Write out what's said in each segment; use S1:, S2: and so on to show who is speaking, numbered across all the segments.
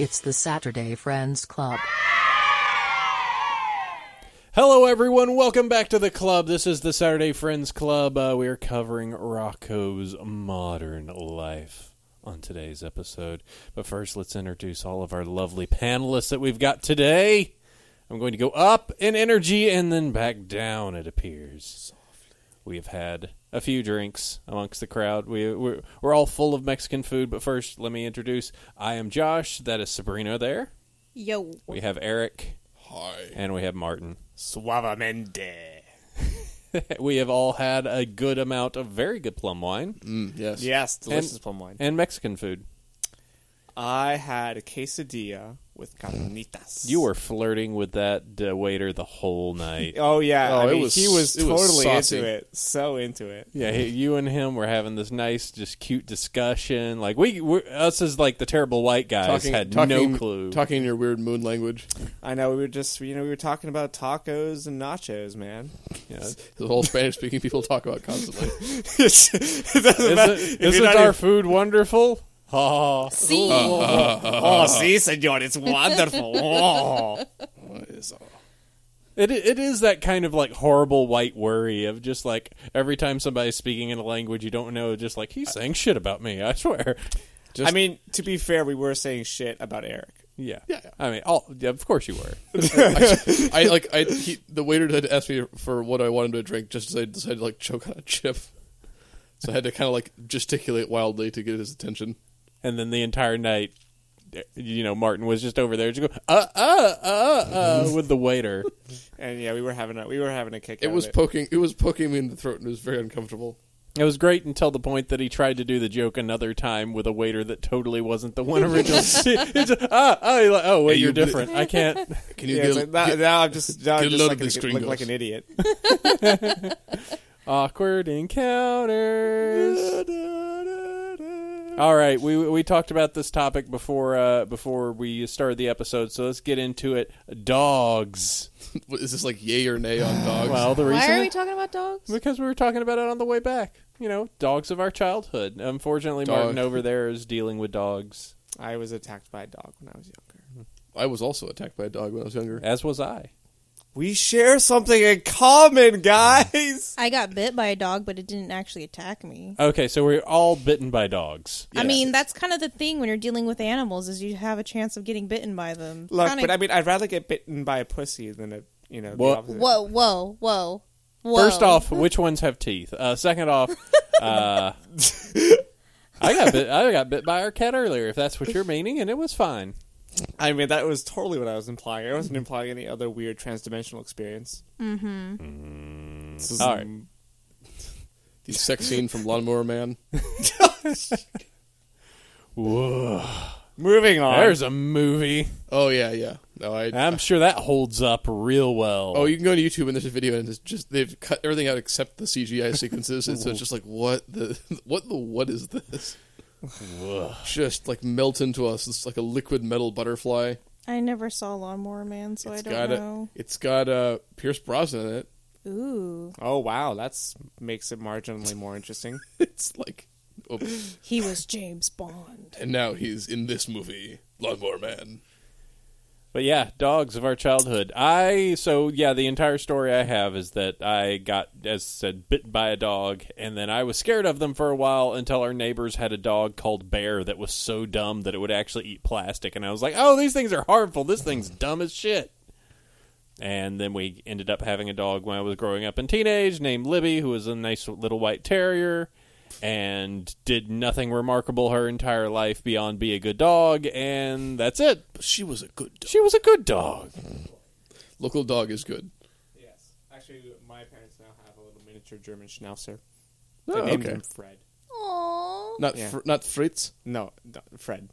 S1: It's the Saturday Friends Club.
S2: Hello, everyone. Welcome back to the club. This is the Saturday Friends Club. Uh, we are covering Rocco's modern life on today's episode. But first, let's introduce all of our lovely panelists that we've got today. I'm going to go up in energy and then back down, it appears. We have had a few drinks amongst the crowd. We, we're, we're all full of Mexican food, but first, let me introduce I am Josh. That is Sabrina there.
S3: Yo.
S2: We have Eric,
S4: Hi.
S2: and we have Martin.
S5: Suavemente.
S2: we have all had a good amount of very good plum wine
S4: Mm, yes.
S5: Yes, delicious plum wine.
S2: and Mexican food.
S5: I had a quesadilla with carnitas.
S2: You were flirting with that uh, waiter the whole night.
S5: Oh yeah.
S4: Oh,
S5: I
S4: it
S5: mean,
S4: was-
S5: he was
S4: it was
S5: totally
S4: saucy.
S5: into it. So into it.
S2: Yeah, he- you and him were having this nice, just cute discussion. Like we, we're, us as like the terrible white guys, had no clue.
S4: Talking your weird moon language.
S5: I know we were just you know, we were talking about tacos and nachos, man.
S2: Yeah.
S4: The whole Spanish speaking people talk about constantly.
S5: it doesn't matter. if
S2: Isn't,
S5: you're
S2: isn't
S5: not
S2: our
S5: even-
S2: food wonderful? Oh,
S3: See?
S5: oh,
S4: Uh-huh.
S5: see, senor, it's wonderful. Oh.
S4: What is all-
S2: It it is that kind of like horrible white worry of just like every time somebody's speaking in a language you don't know, just like he's saying shit about me. I swear.
S5: I mean, to be fair, we were saying shit about Eric.
S2: Yeah.
S4: Yeah, yeah.
S2: I mean, all, yeah, of course you were.
S4: I like I he, the waiter had asked me for what I wanted to drink just as I decided to like choke on a chip. So I had to kind of like gesticulate wildly to get his attention.
S2: And then the entire night, you know, Martin was just over there just go uh uh uh uh
S4: Mm-hmm.
S2: with the waiter.
S5: And yeah, we were having a we were having a kick.
S4: It
S5: out
S4: was
S5: of
S4: poking it was poking me in the throat and it was very uncomfortable.
S2: It was great until the point that he tried to do the joke another time with a waiter that totally wasn't the one original. it's, uh, uh, you're like, oh wait,
S4: Hey, you
S2: you're
S4: did it.
S2: different. I can't.
S4: Can you
S5: Yeah,
S4: get,
S5: it's like, now,
S4: get-
S5: now I'm just now I'm
S4: get a
S5: just
S4: load
S5: like,
S4: of these
S5: look like an
S4: gringos.
S5: idiot.
S2: Awkward encounters. All right, we we talked about this topic before uh, before we started the episode, so let's get into it. Dogs.
S4: what, is this like yay or nay on dogs?
S2: Well, the reason
S3: Why are we talking about dogs?
S2: Because we were talking about it on the way back. You know, dogs of our childhood. Unfortunately,
S4: Dog.
S2: Martin over there is dealing with dogs,
S5: I was attacked by a dog when I was younger.
S4: I was also attacked by a dog when I was younger.
S2: as was I.
S5: We share something in common, guys.
S3: I got bit by a dog, but it didn't actually attack me.
S2: Okay, so we're all bitten by dogs.
S3: I mean, that's kind of the thing when you're dealing with animals is you have a chance of getting bitten by them.
S5: Look,
S3: Kinda-
S5: but I mean, I'd rather get bitten by a pussy than a you know.
S2: Well-
S5: the opposite.
S3: whoa, whoa, whoa, whoa.
S2: First off, which ones have teeth? Uh, second off, uh, I got bit. I got bit by our cat earlier. If that's what you're meaning, and it was fine.
S5: I mean, that was totally what I was implying. I wasn't implying any other weird transdimensional experience. Mm-hmm.
S2: All right.
S4: The sex scene from Lawnmower Man.
S5: Moving on.
S2: There's a movie.
S4: Oh yeah, yeah. No, I
S2: I'm sure that holds up real well.
S4: Oh, you can go to YouTube and there's a video, and it's just they've cut everything out except the CGI sequences, and so it's just like what the what the what is this? just like melt into us. It's like a liquid metal butterfly.
S3: I never saw Lawnmower Man, so Oh, I
S4: It's
S3: don't
S4: got
S3: know.
S4: a, it's got uh, Pierce Brosnan in it.
S3: Ooh,
S5: Oh wow, that's makes it marginally more interesting.
S4: It's like, oh,
S3: he was James Bond.
S4: and now he's in this movie, Lawnmower Man.
S2: But yeah, dogs of our childhood. I so yeah, the entire story I have is that I got as said bit by a dog and then I was scared of them for a while until our neighbors had a dog called Bear that was so dumb that it would actually eat plastic and I was like, "Oh, these things are harmful. This thing's dumb as shit." And then we ended up having a dog when I was growing up in teenage named Libby, who was a nice little white terrier and did nothing remarkable her entire life beyond be a good dog and that's it.
S4: But she was a good dog.
S2: She was a good dog.
S4: Local dog is good.
S5: Yes, actually, my parents now have a little miniature German Schnauzer.
S4: They
S5: They
S4: Oh,
S5: named
S4: named okay.
S5: him
S4: him
S5: Fred.
S3: Aww.
S4: Not
S5: Yeah.
S4: Fr- not Fritz.
S5: No, no Fred.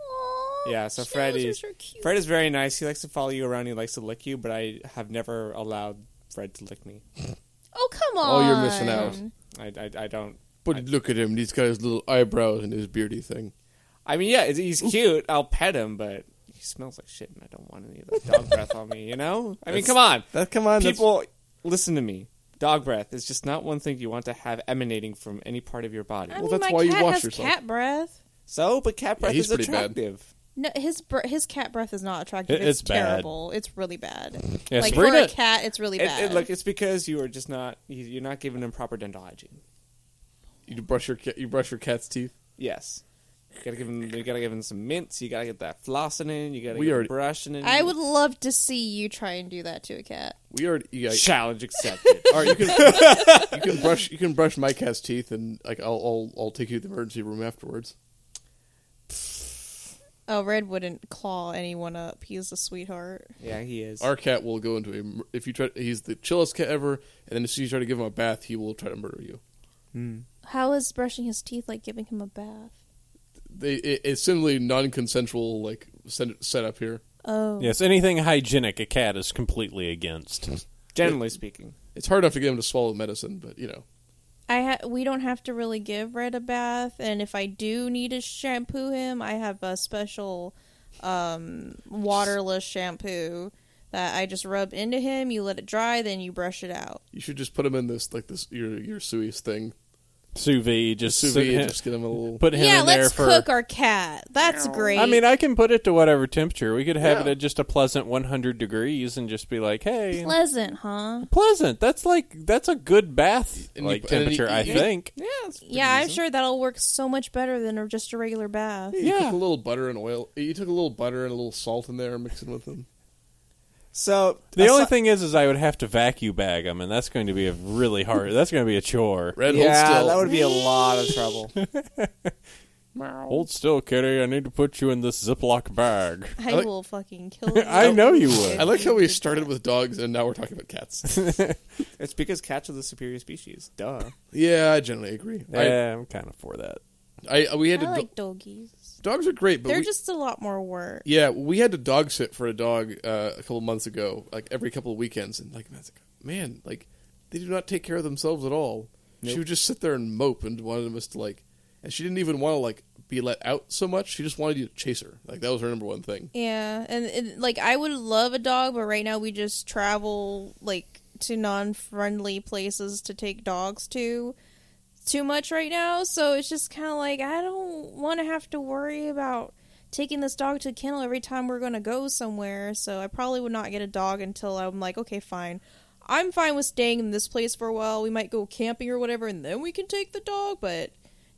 S3: Aww.
S5: Yeah, so Fred is
S3: Are cute.
S5: Fred is very nice. He likes to follow you around. He likes to lick you, but I have never allowed Fred to lick me.
S3: oh, come on.
S4: Oh, you're missing out.
S5: I, I, I don't.
S4: But look at him. He's got his little eyebrows and his beardy thing.
S5: I mean, yeah, it's- he's cute. I'll pet him, but he smells like shit, and I don't want any of that dog breath on me. You know? I mean, come on,
S4: That come on,
S5: people, listen to me. Dog breath is just not one thing you want to have emanating from any part of your body.
S3: I
S4: Well,
S3: mean,
S4: that's
S3: my
S4: why you
S3: cat
S4: wash
S3: has
S4: yourself.
S3: cat breath.
S5: So, but cat breath
S4: he's
S5: is
S4: pretty bad.
S5: attractive.
S3: No, his br- his cat breath is not attractive.
S2: It-
S3: it's,
S2: it's bad.
S3: terrible. It's really bad.
S2: Yeah,
S3: like for
S2: Sabrina-
S3: a cat, it's really
S5: It,
S3: bad.
S5: it- look, it's because you are just not you- you're not giving them proper dental hygiene.
S4: You brush your cat. You brush your cat's teeth.
S5: Yes, you gotta give them. You gotta give them some mints. You gotta get that flossing in. You gotta
S4: We
S5: get
S4: already-
S5: brushing in.
S3: I would love to see you try and do that to a cat.
S4: We already. You guys,
S5: challenge accepted.
S4: all right, you can you can brush you can brush my cat's teeth, and like I'll I'll, I'll take you to the emergency room afterwards.
S3: Oh, Red wouldn't claw anyone up. He's a sweetheart.
S5: yeah, he is.
S4: Our cat will go into a mur- if you try. He's the chillest cat ever, and then as soon as you try to give him a bath, he will try to murder you.
S3: How is brushing his teeth like giving him a bath?
S4: They, it, it's similarly non-consensual like set, setup here.
S3: Oh,
S2: Yes, anything hygienic a cat is completely against.
S5: Generally speaking,
S4: It's hard enough to get him to swallow medicine, but you know,
S3: I ha- we don't have to really give Red a bath, and if I do need to shampoo him, I have a special um, waterless shampoo that I just rub into him. You let it dry, then you brush it out.
S4: you should just put him in this like this your your Sui's thing,
S2: Sous vide, just
S4: sous vide, and just get him a little.
S2: put him
S3: yeah,
S2: in there
S3: let's
S2: for.
S3: cook our cat. That's great.
S2: I mean, I can put it to whatever temperature. We could have it
S4: Yeah.
S2: at just a pleasant 100 degrees and just be like, hey,
S3: pleasant, huh?
S2: pleasant. That's like that's a good bath
S4: And you-
S2: like
S4: and then you-
S2: temperature, I
S4: you-
S2: think.
S5: yeah, it's pretty
S3: Yeah, I'm
S5: decent.
S3: sure that'll work so much better than just a regular bath.
S4: You
S2: Yeah.
S4: took a little butter and oil. You took a little butter and a little salt in there, mixing with them.
S5: So
S2: The
S5: asi-
S2: only thing is, is I would have to vacuum bag them, and that's going to be a really hard. that's going to be a chore.
S4: Red,
S5: yeah,
S4: hold still.
S5: that would be a lot of trouble.
S2: Hold still, kitty. I need to put you in this Ziploc bag.
S3: I,
S4: like-
S3: will fucking kill you.
S2: I know you would.
S4: I like how we started with dogs and now we're talking about cats.
S5: it's because cats are the superior species. Duh.
S4: yeah, I generally agree.
S2: Yeah, I'm kind of for that.
S4: I, I we had
S3: I
S4: to do-
S3: like doggies.
S4: dogs are great, but
S3: They're
S4: we,
S3: just a lot more work.
S4: yeah, we had to dog sit for a dog uh, a couple months ago, like every couple of weekends, and like that's like, man, like they do not take care of themselves at all. She would just sit there and mope and wanted us to like, and she didn't even want to like be let out so much. She just wanted you to chase her. Like that was her number one thing.
S3: Yeah, and, and like I would love a dog, but right now we just travel like to non-friendly places to take dogs to too much right now, so it's just kind of like I don't want to have to worry about taking this dog to a kennel every time we're going to go somewhere. So I probably would not get a dog until I'm like, okay, fine. I'm fine with staying in this place for a while. We might go camping or whatever and then we can take the dog, but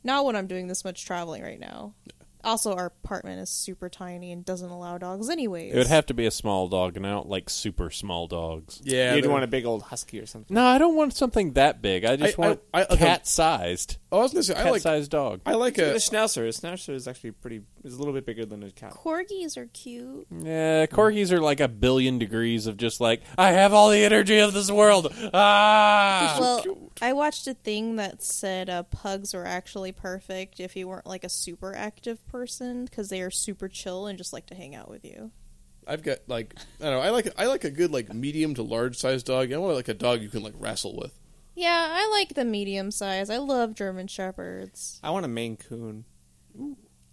S3: not when I'm doing this much traveling right now. Also, our apartment is super tiny and doesn't allow dogs anyways.
S2: It would have to be a small dog, and I don't like super small dogs.
S4: Yeah,
S5: You'd want a big old husky or something.
S2: No, I don't want something that big. I just
S4: I-
S2: want
S4: I- I- okay.
S2: cat-sized,
S4: Oh, I was gonna say I like
S2: cat-sized dog.
S4: I like
S5: Look at
S4: a
S5: the schnauzer. A schnauzer is actually pretty. is a little bit bigger than a cat.
S3: Corgis are cute.
S2: Yeah, corgis are like a billion degrees of just like I have all the energy of this world. Ah,
S3: well, I watched a thing that said uh, pugs were actually perfect if you weren't like a super active person because they are super chill and just like to hang out with you.
S4: I've got like I don't know. I like I like a good like medium to large sized dog. I want like a dog you can like wrestle with.
S3: Yeah, I like the medium size. I love German shepherds.
S5: I want a Maine Coon.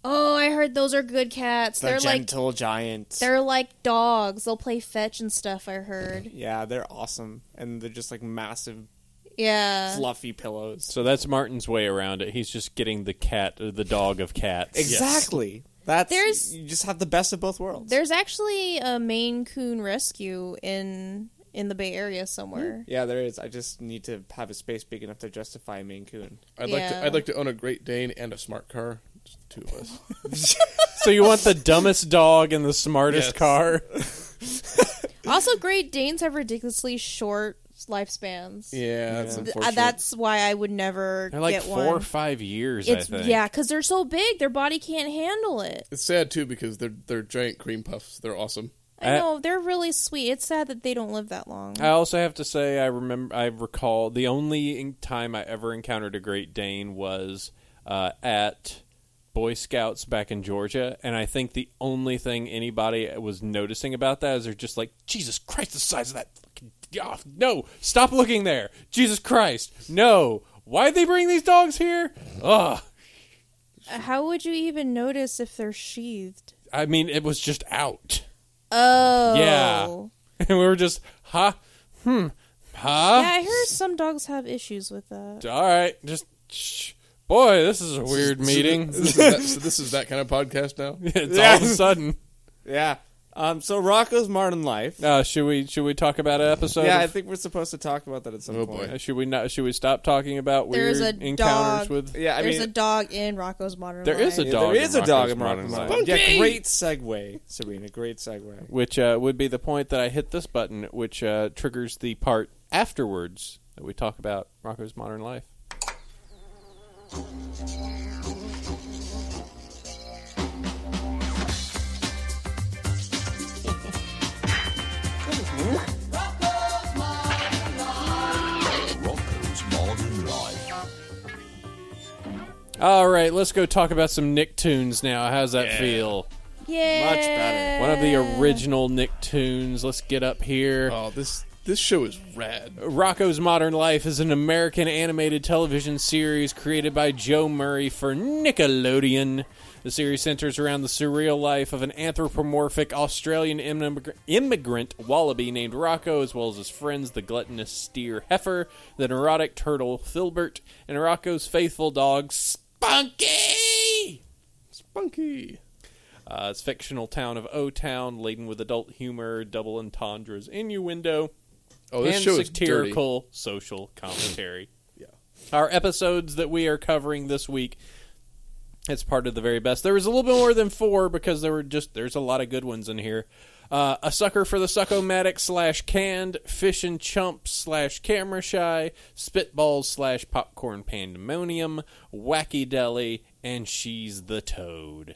S3: Oh, I heard those are good cats.
S5: The
S3: they're like
S5: gentle giant.
S3: they're like dogs. They'll play fetch and stuff. I heard.
S5: yeah, they're awesome, and they're just like massive,
S3: Yeah.
S5: fluffy pillows.
S2: so that's Martin's way around it. He's just getting the cat, the dog of cats.
S5: Exactly. That's
S3: There's-
S5: you just have the best of both worlds.
S3: There's actually a Maine Coon rescue in in the Bay Area somewhere.
S5: yeah, there is. I just need to have a space big enough to justify a Maine Coon.
S4: I'd like to
S3: Yeah.
S4: I'd like to own a Great Dane and a smart car. Just the two of us.
S2: So you want the dumbest dog and the smartest
S4: Yes.
S2: car?
S5: Mm.
S3: Also, Great Danes have ridiculously short lifespans.
S4: Yeah, that's
S5: Yeah.
S3: Th- uh,
S4: unfortunate.
S3: that's why I would never
S2: They're like
S3: get
S2: four or
S3: one.
S2: five years.
S3: It's
S2: I think.
S3: yeah, because they're so big, their body can't handle it.
S4: it's sad too because they're they're giant cream puffs. They're awesome.
S3: I,
S2: I-
S3: know they're really sweet. It's sad that they don't live that long.
S2: I also have to say, I remember, I recall the only in- time I ever encountered a Great Dane was uh, at Boy Scouts back in Georgia, and I think the only thing anybody was noticing about that is they're just like, Jesus Christ, the size of that fucking oh, no, stop looking there, Jesus Christ, no, why'd they bring these dogs here? Ugh.
S3: Uh, How would you even notice if they're sheathed?
S2: I mean, it was just out,
S3: Oh,
S2: and we were just, huh, hmm, huh. Oh.
S3: Yeah, I hear some dogs have issues with that.
S2: All right, just shh, Boy, this is a weird meeting.
S4: So this, is that, so this is that kind of podcast now.
S2: it's
S5: Yeah.
S2: all of a sudden.
S5: Yeah. Um, so Rocco's modern life.
S2: Uh, should we should we talk about an episode?
S5: yeah, I
S2: of-
S5: think we're supposed to talk about that at some
S4: Oh,
S5: point.
S2: uh, should we not? Should we stop talking about
S3: There's
S2: weird
S3: a
S2: encounters
S3: dog.
S2: with?
S5: Yeah, I
S3: There's
S5: mean,
S3: a dog in Rocco's Modern
S2: There is a
S3: Life.
S5: yeah,
S2: dog
S5: there
S2: in
S5: is a dog
S2: Rocco's
S5: in Rocco's
S2: Modern
S5: Modern
S2: Life.
S5: Life. Yeah, great segue, Serena. Great segue.
S2: Which uh, would be the point that I hit this button, which uh, triggers the part afterwards that we talk about Rocco's modern life. All right, let's go talk about some Nicktoons now. How's that feel?
S3: Yeah.
S5: Much better.
S2: One of the original Nicktoons. Let's get up here.
S4: Oh, this this show is rad.
S2: Rocco's Modern Life is an American animated television series created by Joe Murray for Nickelodeon. The series centers around the surreal life of an anthropomorphic Australian immigr- immigrant wallaby named Rocco, as well as his friends, the gluttonous steer Heifer, the neurotic turtle Filbert, and Rocco's faithful dog Spunky!
S4: Spunky.
S2: Uh, its fictional town of O Town, laden with adult humor, double entendres, innuendo,
S4: Oh, this
S2: and
S4: show is dirty.
S2: satirical social commentary.
S4: Yeah.
S2: Our episodes that we are covering this week, it's part of the very best. There was a little bit more than four because there were just there's a lot of good ones in here. Uh, a sucker for the suckomatic slash canned fish and chump slash camera shy spitballs slash popcorn pandemonium wacky deli and she's the toad.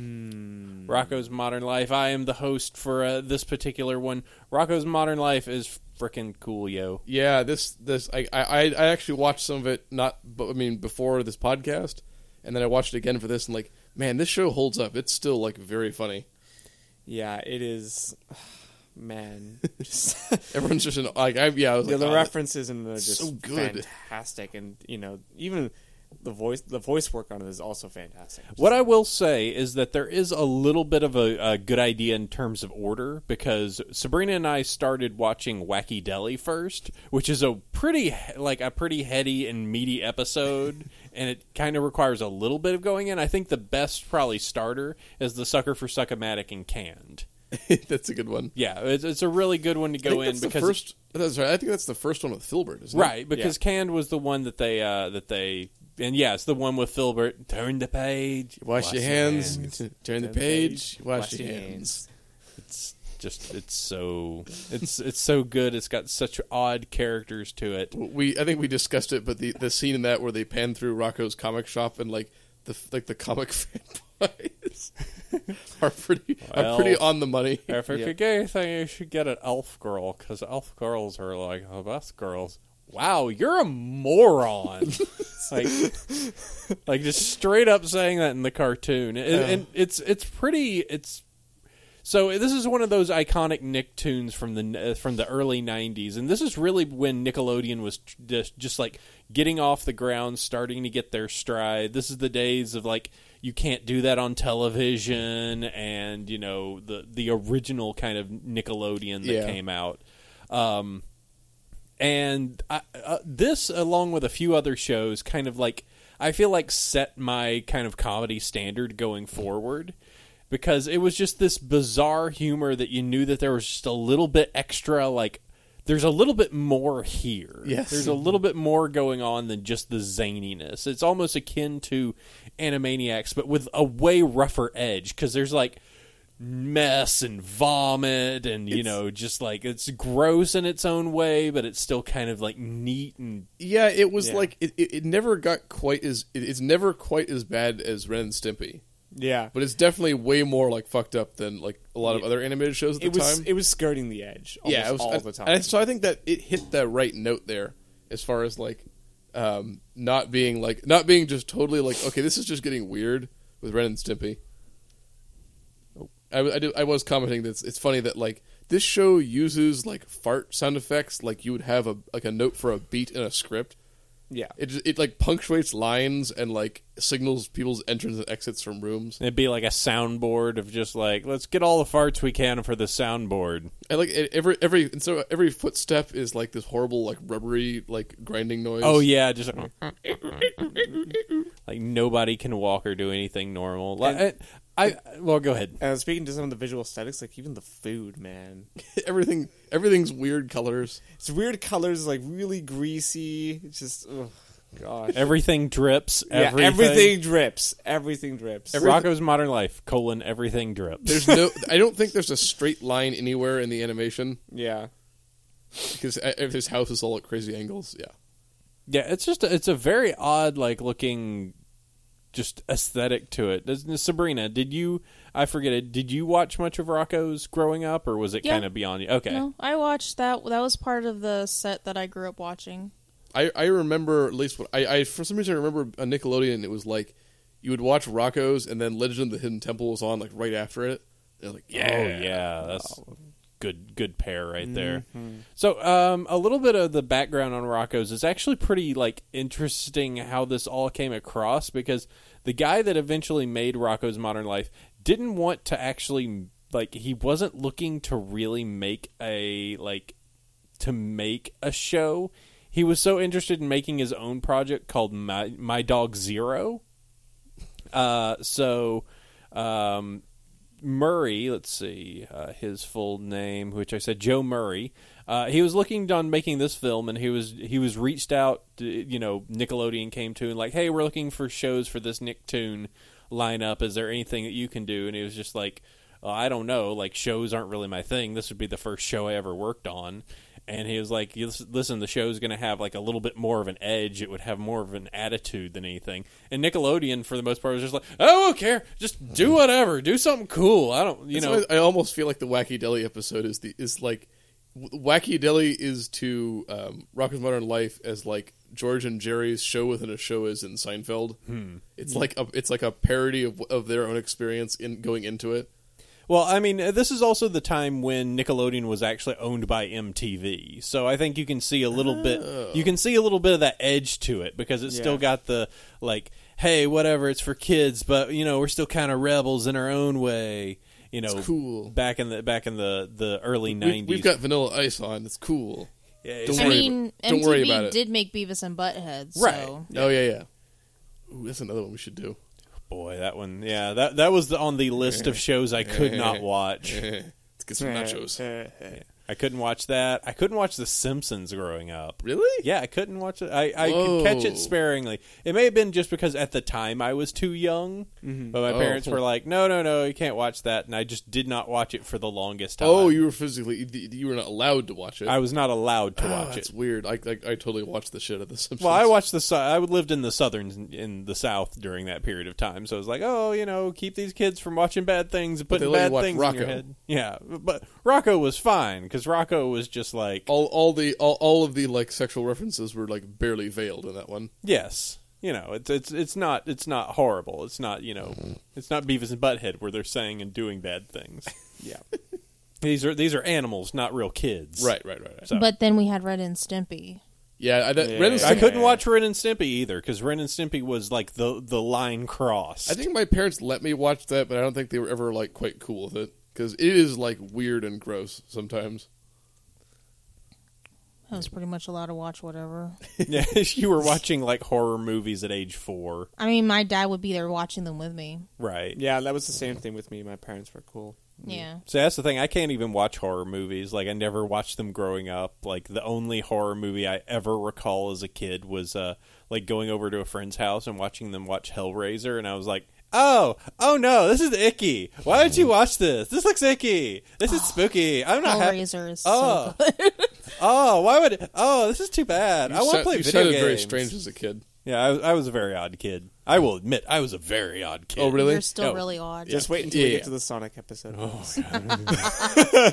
S4: Mm-hmm.
S2: Rocco's Modern Life. I am the host for uh, this particular one. Rocco's Modern Life is freaking cool, yo.
S4: Yeah, this this I, I I I actually watched some of it not but I mean before this podcast, and then I watched it again for this and like man, this show holds up. It's still like very funny.
S5: Yeah, it is. Man, just,
S4: Everyone's just in like I yeah I was
S5: yeah,
S4: like
S5: the
S4: oh,
S5: references in there are just
S4: so good.
S5: fantastic, and you know, even the voice, the voice work on it is also fantastic.
S2: What I will say is that there is a little bit of a, a good idea in terms of order because Sabrina and I started watching Wacky Deli first, which is a pretty he- like a pretty heady and meaty episode, and it kind of requires a little bit of going in. I think the best probably starter is the sucker for succomatic and canned.
S4: that's a good one.
S2: Yeah, it's, it's a really good one to
S4: I
S2: go
S4: think
S2: in
S4: that's the
S2: because
S4: first. That's right. I think that's the first one with Filbert, isn't
S2: Right,
S4: it?
S2: because Canned was the one that they uh, that they and yeah, it's the one with Filbert. Turn the page.
S4: Wash, your hands, turn the page, wash,
S5: Wash
S4: your
S5: your
S4: hands.
S2: It's just it's so it's it's so good. It's got such odd characters to it.
S4: We I think we discussed it, but the, the scene in that where they pan through Rocco's comic shop and like the like the comic fanboys are pretty
S2: Well.
S4: are pretty on the money.
S2: If you could get anything, you should get an elf girl because elf girls are like the best girls. Wow, you're a moron. like, like just straight up saying that in the cartoon, and, and it's it's pretty. It's so this is one of those iconic Nicktoons from the uh, from the early '90s, and this is really when Nickelodeon was tr- just just like getting off the ground, starting to get their stride. This is the days of like you can't do that on television, and you know the the original kind of Nickelodeon that
S4: Yeah.
S2: came out. Um, and I, uh, this, along with a few other shows, kind of like I feel like set my kind of comedy standard going forward because it was just this bizarre humor that you knew that there was just a little bit extra, like there's a little bit more here.
S4: Yes.
S2: there's a little bit more going on than just the zaniness. It's almost akin to Animaniacs, but with a way rougher edge because there's like mess and vomit and you know just like it's gross in its own way but it's still kind of like neat and
S4: Yeah, it was
S5: Yeah.
S4: like it, it, it never got quite as it, it's never quite as bad as Ren and Stimpy,
S5: Yeah,
S4: but it's definitely way more like fucked up than like a lot of other animated shows at the
S5: it was
S4: time.
S5: it was skirting the edge. Almost
S4: yeah, it was,
S5: all
S4: I-
S5: the time.
S4: and I- so I think that it hit that right note there as far as like um, not being like not being just totally like okay, this is just getting weird with Ren and Stimpy. I, w- I do- I was commenting that it's, it's funny that like this show uses like fart sound effects like you would have a like a note for a beat in a script.
S5: Yeah.
S4: It just, it like punctuates lines and like signals people's entrance and exits from rooms.
S2: It'd be like a soundboard of just like, let's get all the farts we can for the soundboard.
S4: And like it- every every and so every footstep is like this horrible like rubbery like grinding noise.
S2: Oh yeah, just like, like nobody can walk or do anything normal. Like, I, I well, go ahead.
S5: And speaking to some of the visual aesthetics, like even the food, man,
S4: everything everything's weird colors.
S5: it's weird colors, like really greasy. It's just, oh gosh,
S2: Everything drips.
S5: yeah,
S2: Everything.
S5: everything drips. Everything drips.
S2: Rocco's Modern Life colon everything drips.
S4: There's no I don't think there's a straight line anywhere in the animation
S5: yeah,
S4: because uh, if his house is all at crazy angles. Yeah.
S2: Yeah, it's just a, it's a very odd like looking just aesthetic to it. Does- Sabrina, did you I forget it. Did you watch much of Rocco's growing up or was it
S3: Yeah.
S2: kind of beyond you? Okay.
S3: No, I watched that. That was part of the set that I grew up watching.
S4: I, I remember at least what I, I for some reason I remember on Nickelodeon it was like you would watch Rocco's and then Legend of the Hidden Temple was on like right after it. They're like
S2: Yeah. Oh Mm-hmm. yeah, that's good good pair right there. So, um a little bit of the background on Rocco's is actually pretty like interesting how this all came across because the guy that eventually made Rocco's Modern Life didn't want to actually like he wasn't looking to really make a like to make a show. He was so interested in making his own project called My, My Dog Zero. Uh, so um, Murray, let's see uh, his full name, which I said Joe Murray. Uh, he was looking on making this film, and he was he was reached out. To, you know, Nickelodeon came to and like, hey, we're looking for shows for this Nicktoon lineup. Is there anything that you can do? And he was just like, well, I don't know. Like shows aren't really my thing. This would be the first show I ever worked on. And he was like, "Yes, "Listen, the show's going to have like a little bit more of an edge. It would have more of an attitude than anything." And Nickelodeon, for the most part, was just like, "Oh, I don't care. Just do whatever. Do something cool. I don't, you
S4: That's
S2: know."
S4: why I almost feel like the Wacky Deli episode is the is like w- Wacky Deli is to um, Rocco's Modern Life as like George and Jerry's show within a show is in Seinfeld.
S2: Hmm.
S4: It's like a it's like a parody of of their own experience in going into it.
S2: Well, I mean, uh, this is also the time when Nickelodeon was actually owned by MTV. So I think you can see a little bit you can see a little bit of that edge to it because it's still
S5: Yeah.
S2: got the like, hey, whatever, it's for kids, but you know, we're still kind of rebels in our own way, you know.
S4: cool.
S2: Back in the back in the the early
S4: We've,
S2: 90s.
S4: we've got Vanilla Ice on. It's cool.
S2: Yeah,
S4: Don't
S2: it's-
S3: I
S4: worry
S3: mean,
S4: about- don't worry
S3: MTV
S4: about it.
S3: did make Beavis and Butthead, so.
S2: Right.
S4: Oh yeah, yeah. Ooh, that's another one we should do.
S2: boy, that one. Yeah, that that was the, on the list of shows I could not watch.
S4: Let's get some nachos.
S2: I couldn't watch that. I couldn't watch The Simpsons growing up.
S4: Really?
S2: Yeah, I couldn't watch it. I, I could catch
S4: Whoa.
S2: it sparingly. It may have been just because at the time I was too young, but my
S4: Oh.
S2: parents were like, "No, no, no, you can't watch that," and I just did not watch it for the longest time.
S4: Oh, you were physically you- you were not allowed to watch it.
S2: I was not allowed to
S4: Oh,
S2: watch
S4: that's
S2: it.
S4: weird. I, I I totally watched the shit out of the Simpsons.
S2: Well, I watched the. Sou- I lived in the southern in the south during that period of time, so I was like, "Oh, you know, keep these kids from watching bad things and
S4: they
S2: putting
S4: let you
S2: bad
S4: watch
S2: things in your
S4: Rocco.
S2: head." Yeah, but Rocco was fine because Rocco was just like,
S4: all all the all, all of the like sexual references were like barely veiled in that one.
S2: Yes. You know, it's it's it's not it's not horrible. It's not, you know, it's not Beavis and Butthead where they're saying and doing bad things.
S5: yeah.
S2: These are these are animals, not real kids.
S4: right, right. right.
S2: So-
S3: But then we had Red and Stimpy.
S4: Yeah, I, that,
S5: Yeah.
S4: Ren and
S2: I
S4: Stimpy-
S2: couldn't watch Ren and Stimpy either cuz Ren and Stimpy was like the the line cross.
S4: I think my parents let me watch that, but I don't think they were ever like quite cool with it because it is like weird and gross sometimes.
S3: I was pretty much allowed to watch whatever.
S2: yeah, you were watching like horror movies at age 4,
S3: I mean, my dad would be there watching them with me.
S2: right?
S5: Yeah, that was the same thing with me. My parents were cool.
S3: Yeah.
S2: So that's the thing. I can't even watch horror movies. Like I never watched them growing up. Like the only horror movie I ever recall as a kid was uh like going over to a friend's house and watching them watch Hellraiser and I was like, "Oh, oh no, this is icky. Why did you watch this? This looks icky. This is spooky. I'm not happy.
S3: Hellraiser is
S2: Oh.
S3: so good.
S2: Oh, why would Oh, this is too bad. I want to
S4: Sou-
S2: play
S4: you
S2: video
S4: sounded
S2: games."
S4: very strange as a kid.
S2: Yeah, I, was- I was a very odd kid. I will admit, I was a very odd kid.
S4: Oh, really?
S3: You're still
S2: No.
S3: really odd.
S5: Just wait until we
S4: Yeah.
S5: get to the Sonic episode.
S3: You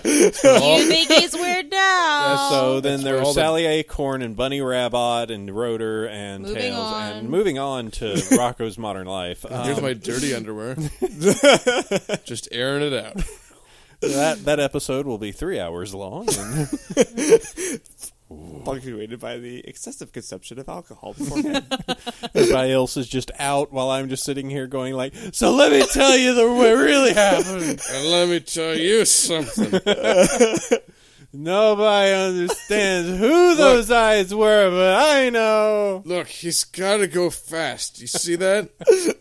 S3: think it's weird now.
S2: So then
S4: That's
S2: there
S4: where
S2: was
S4: all the-
S2: Sally Acorn and Bunny Rabbit and Rotor and
S3: Moving
S2: Tails
S3: on.
S2: and moving on to Rocco's Modern Life.
S4: Here's
S2: Um,
S4: my dirty underwear. Just airing it out.
S2: that that episode will be three hours long. and-
S5: punctuated by the excessive consumption of alcohol beforehand.
S2: Everybody else is just out while I'm just sitting here going like, so let me tell you the, what really happened.
S4: And let me tell you something.
S2: Nobody understands who those eyes were, but I know.
S4: Look, he's got to go fast. You see that?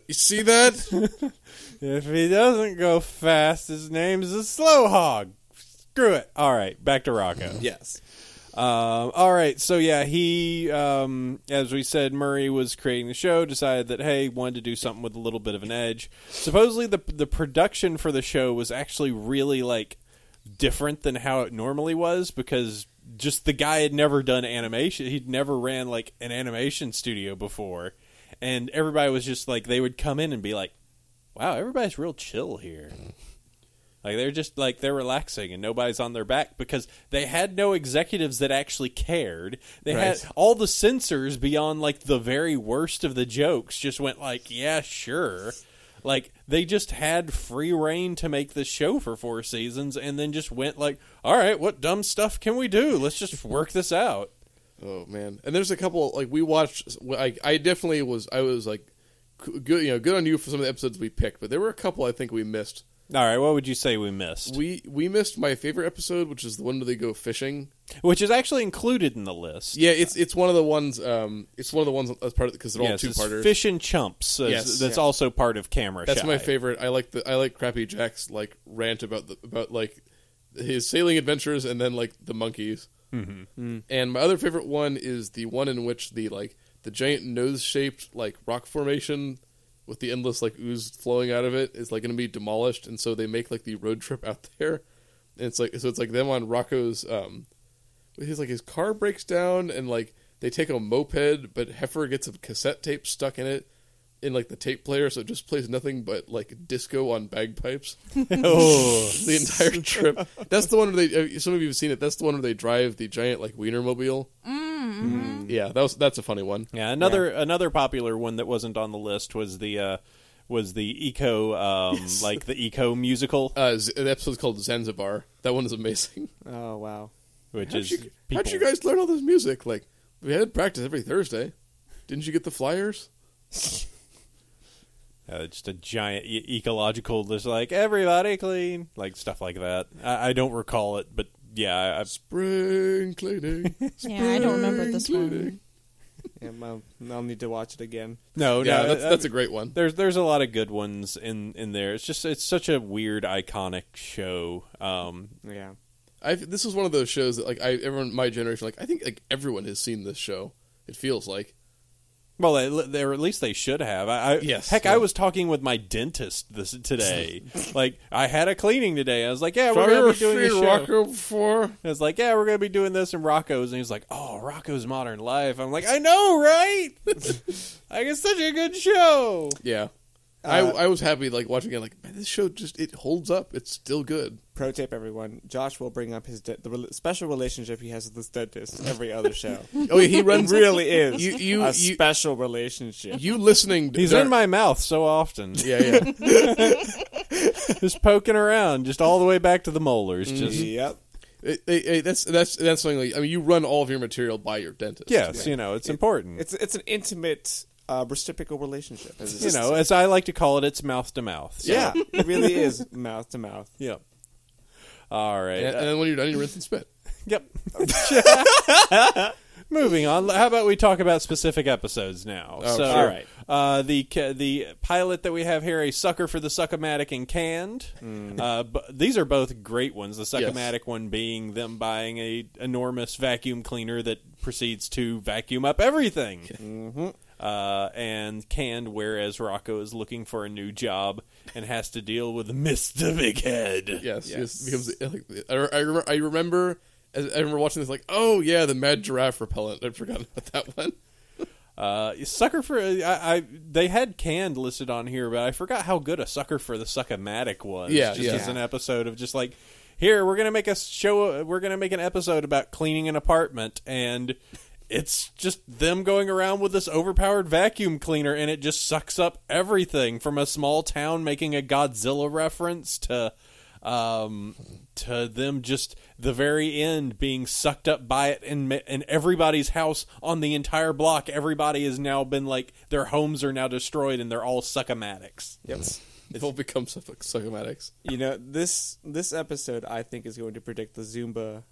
S4: You see that?
S2: If he doesn't go fast, his name's a slow hog. Screw it. All right, back to Rocco.
S5: yes.
S2: Um, all right, so yeah, he, um, as we said, Murray was creating the show, decided that hey, wanted to do something with a little bit of an edge. Supposedly, the the production for the show was actually really like different than how it normally was because just the guy had never done animation; he'd never ran like an animation studio before, and everybody was just like they would come in and be like, "Wow, everybody's real chill here." Like they're just like they're relaxing and nobody's on their back because they had no executives that actually cared. They had
S5: Right.
S2: all the censors beyond like the very worst of the jokes just went like, yeah, sure. Like they just had free reign to make this show for four seasons and then just went like, all right, what dumb stuff can we do? Let's just work this out.
S4: Oh man! And there's a couple like we watched. I I definitely was. I was like, c- good. You know, good on you for some of the episodes we picked. But there were a couple I think we missed.
S2: All right, what would you say we missed?
S4: We we missed my favorite episode, which is the one where they go fishing.
S2: Which is actually included in the list.
S4: Yeah, it's it's one of the ones. Um, it's one of the ones as part of because they're all
S2: Yes,
S4: two
S2: it's
S4: parters.
S2: Fish and Chumps. is-
S4: Yes.
S2: that's
S5: Yeah.
S2: also part of Camera
S4: That's
S2: Shy.
S4: my favorite. I like the I like Crappy Jack's like rant about the about like his sailing adventures and then like the monkeys. Mm-hmm. And my other favorite one is the one in which the like the giant nose shaped like rock formation with the endless like ooze flowing out of it is like going to be demolished, and so they make like the road trip out there. And it's like so it's like them on Rocco's um, his like his car breaks down and like they take a moped, but Heifer gets a cassette tape stuck in it in like the tape player, so it just plays nothing but like disco on bagpipes
S2: Oh.
S4: the entire trip. That's the one where they. uh, Some of you have seen it. That's the one where they drive the giant like wienermobile. Mm-hmm. Yeah, that was that's a funny one.
S2: Yeah, another another popular one that wasn't on the list was the uh, was the eco um, like the eco musical,
S4: Uh, Z- the episode's called Zanzibar. That one is amazing.
S5: Oh wow.
S2: which
S4: How'd
S2: is
S4: you,
S2: people.
S4: how'd you guys learn all this music? Like we had practice every Thursday. Didn't you get the flyers?
S2: uh, just a giant e- ecological. There's like everybody clean, like stuff like that. I, I don't recall it, but yeah, I, I,
S4: Spring cleaning.
S3: Yeah, I don't remember this
S4: spring
S3: one.
S4: cleaning.
S5: Yeah, I'll, I'll need to watch it again.
S2: no,
S4: yeah,
S2: no,
S4: that's
S2: I-
S4: that's a great one.
S2: There's there's a lot of good ones in in there. It's just it's such a weird iconic show. Um,
S5: Yeah.
S4: I this is one of those shows that like I everyone my generation like I think like everyone has seen this show. It feels like
S2: Well, they, they, or at least they should have. I, I
S4: Yes,
S2: Heck,
S4: yeah.
S2: I was talking with my dentist this today. like, I had a cleaning today. I was like, "Yeah, we're
S4: Have you
S2: gonna
S4: ever
S2: be doing this
S4: seen
S2: show."
S4: Rocco before?
S2: I was like, "Yeah, we're gonna be doing this in Rocco's," and he's like, "Oh, Rocco's Modern Life." I'm like, "I know, right? like, it's such a good show."
S4: Yeah. I,
S2: Uh,
S4: I was happy like watching it like man this show just it holds up it's still good
S5: Pro tip, everyone. Josh will bring up his de- the rel special relationship he has with his dentist every other show.
S4: oh yeah he
S5: it
S4: runs
S5: really is
S4: You- you-
S5: a
S4: you-
S5: special relationship.
S4: you listening
S2: He's in my mouth so often,
S4: yeah yeah
S2: just poking around, just all the way back to the molars.
S5: Mm-hmm.
S4: Mm-hmm.
S2: Just
S5: yep.
S4: Hey, hey, hey, that's that's that's something like I mean you run all of your material by your dentist
S2: yes, you know, it's important.
S5: It's it's an intimate uh, reciprocal relationship. as it's
S2: you know, as I like to call it, it's mouth to mouth. So,
S5: yeah, it really is mouth to mouth.
S2: Yep. All right.
S4: and, and then when you're done you rinse and spit
S2: Yep. Moving on. How about we talk about specific episodes now?
S4: Oh,
S2: so,
S4: sure.
S2: all right. Uh, the ca- the pilot that we have here, a sucker for the succomatic and canned.
S4: Mm.
S2: Uh, b- these are both great ones. The succomatic one being them buying a enormous vacuum cleaner that proceeds to vacuum up everything.
S4: Mm-hmm.
S2: Uh, and canned, whereas Rocco is looking for a new job and has to deal with Mister Big Head.
S4: yes yes,
S5: Yes.
S4: becomes like, I, I remember I remember I remember watching this like oh yeah the mad giraffe repellent I'd forgotten about that one
S2: Uh, sucker for I, I they had canned listed on here, but I forgot how good a sucker for the succomatic was.
S4: Yeah,
S2: just
S4: yeah.
S2: as an episode of just like here we're gonna make a show. We're gonna make an episode about cleaning an apartment, and it's just them going around with this overpowered vacuum cleaner, and it just sucks up everything from a small town making a Godzilla reference to. um, to them just the very end being sucked up by it and ma- and everybody's house on the entire block everybody has now been like their homes are now destroyed and they're all succomatics
S5: Yep.
S4: They've all become psych- psychomatics.
S5: You know this this episode I think is going to predict the Zumba,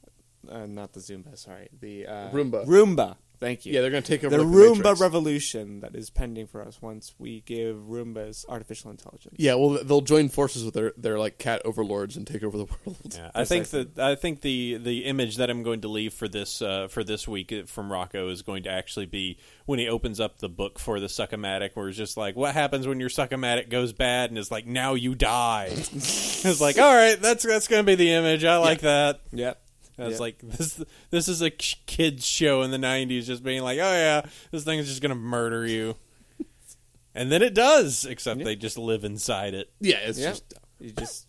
S5: uh, not the Zumba. Sorry, the uh,
S4: Roomba.
S5: Roomba. Thank you.
S4: Yeah, they're going to take over
S5: the
S4: like,
S5: Roomba
S4: Matrix.
S5: revolution that is pending for us once we give Roombas artificial intelligence.
S4: Yeah, well, they'll join forces with their their like cat overlords and take over the world.
S2: Yeah, I think that I think the the image that I'm going to leave for this uh, for this week from Rocco is going to actually be when he opens up the book for the succomatic, where it's just like, what happens when your succomatic goes bad, and it's like, now you die. it's like, all right, that's that's going to be the image. I like that.
S5: Yep.
S2: I was
S5: Yep.
S2: like, this this is a k- kids show in the '90s, just being like, oh yeah, this thing is just going to murder you, and then it does, except they just live inside it.
S4: Yeah, it's
S5: Yep.
S4: just
S5: you just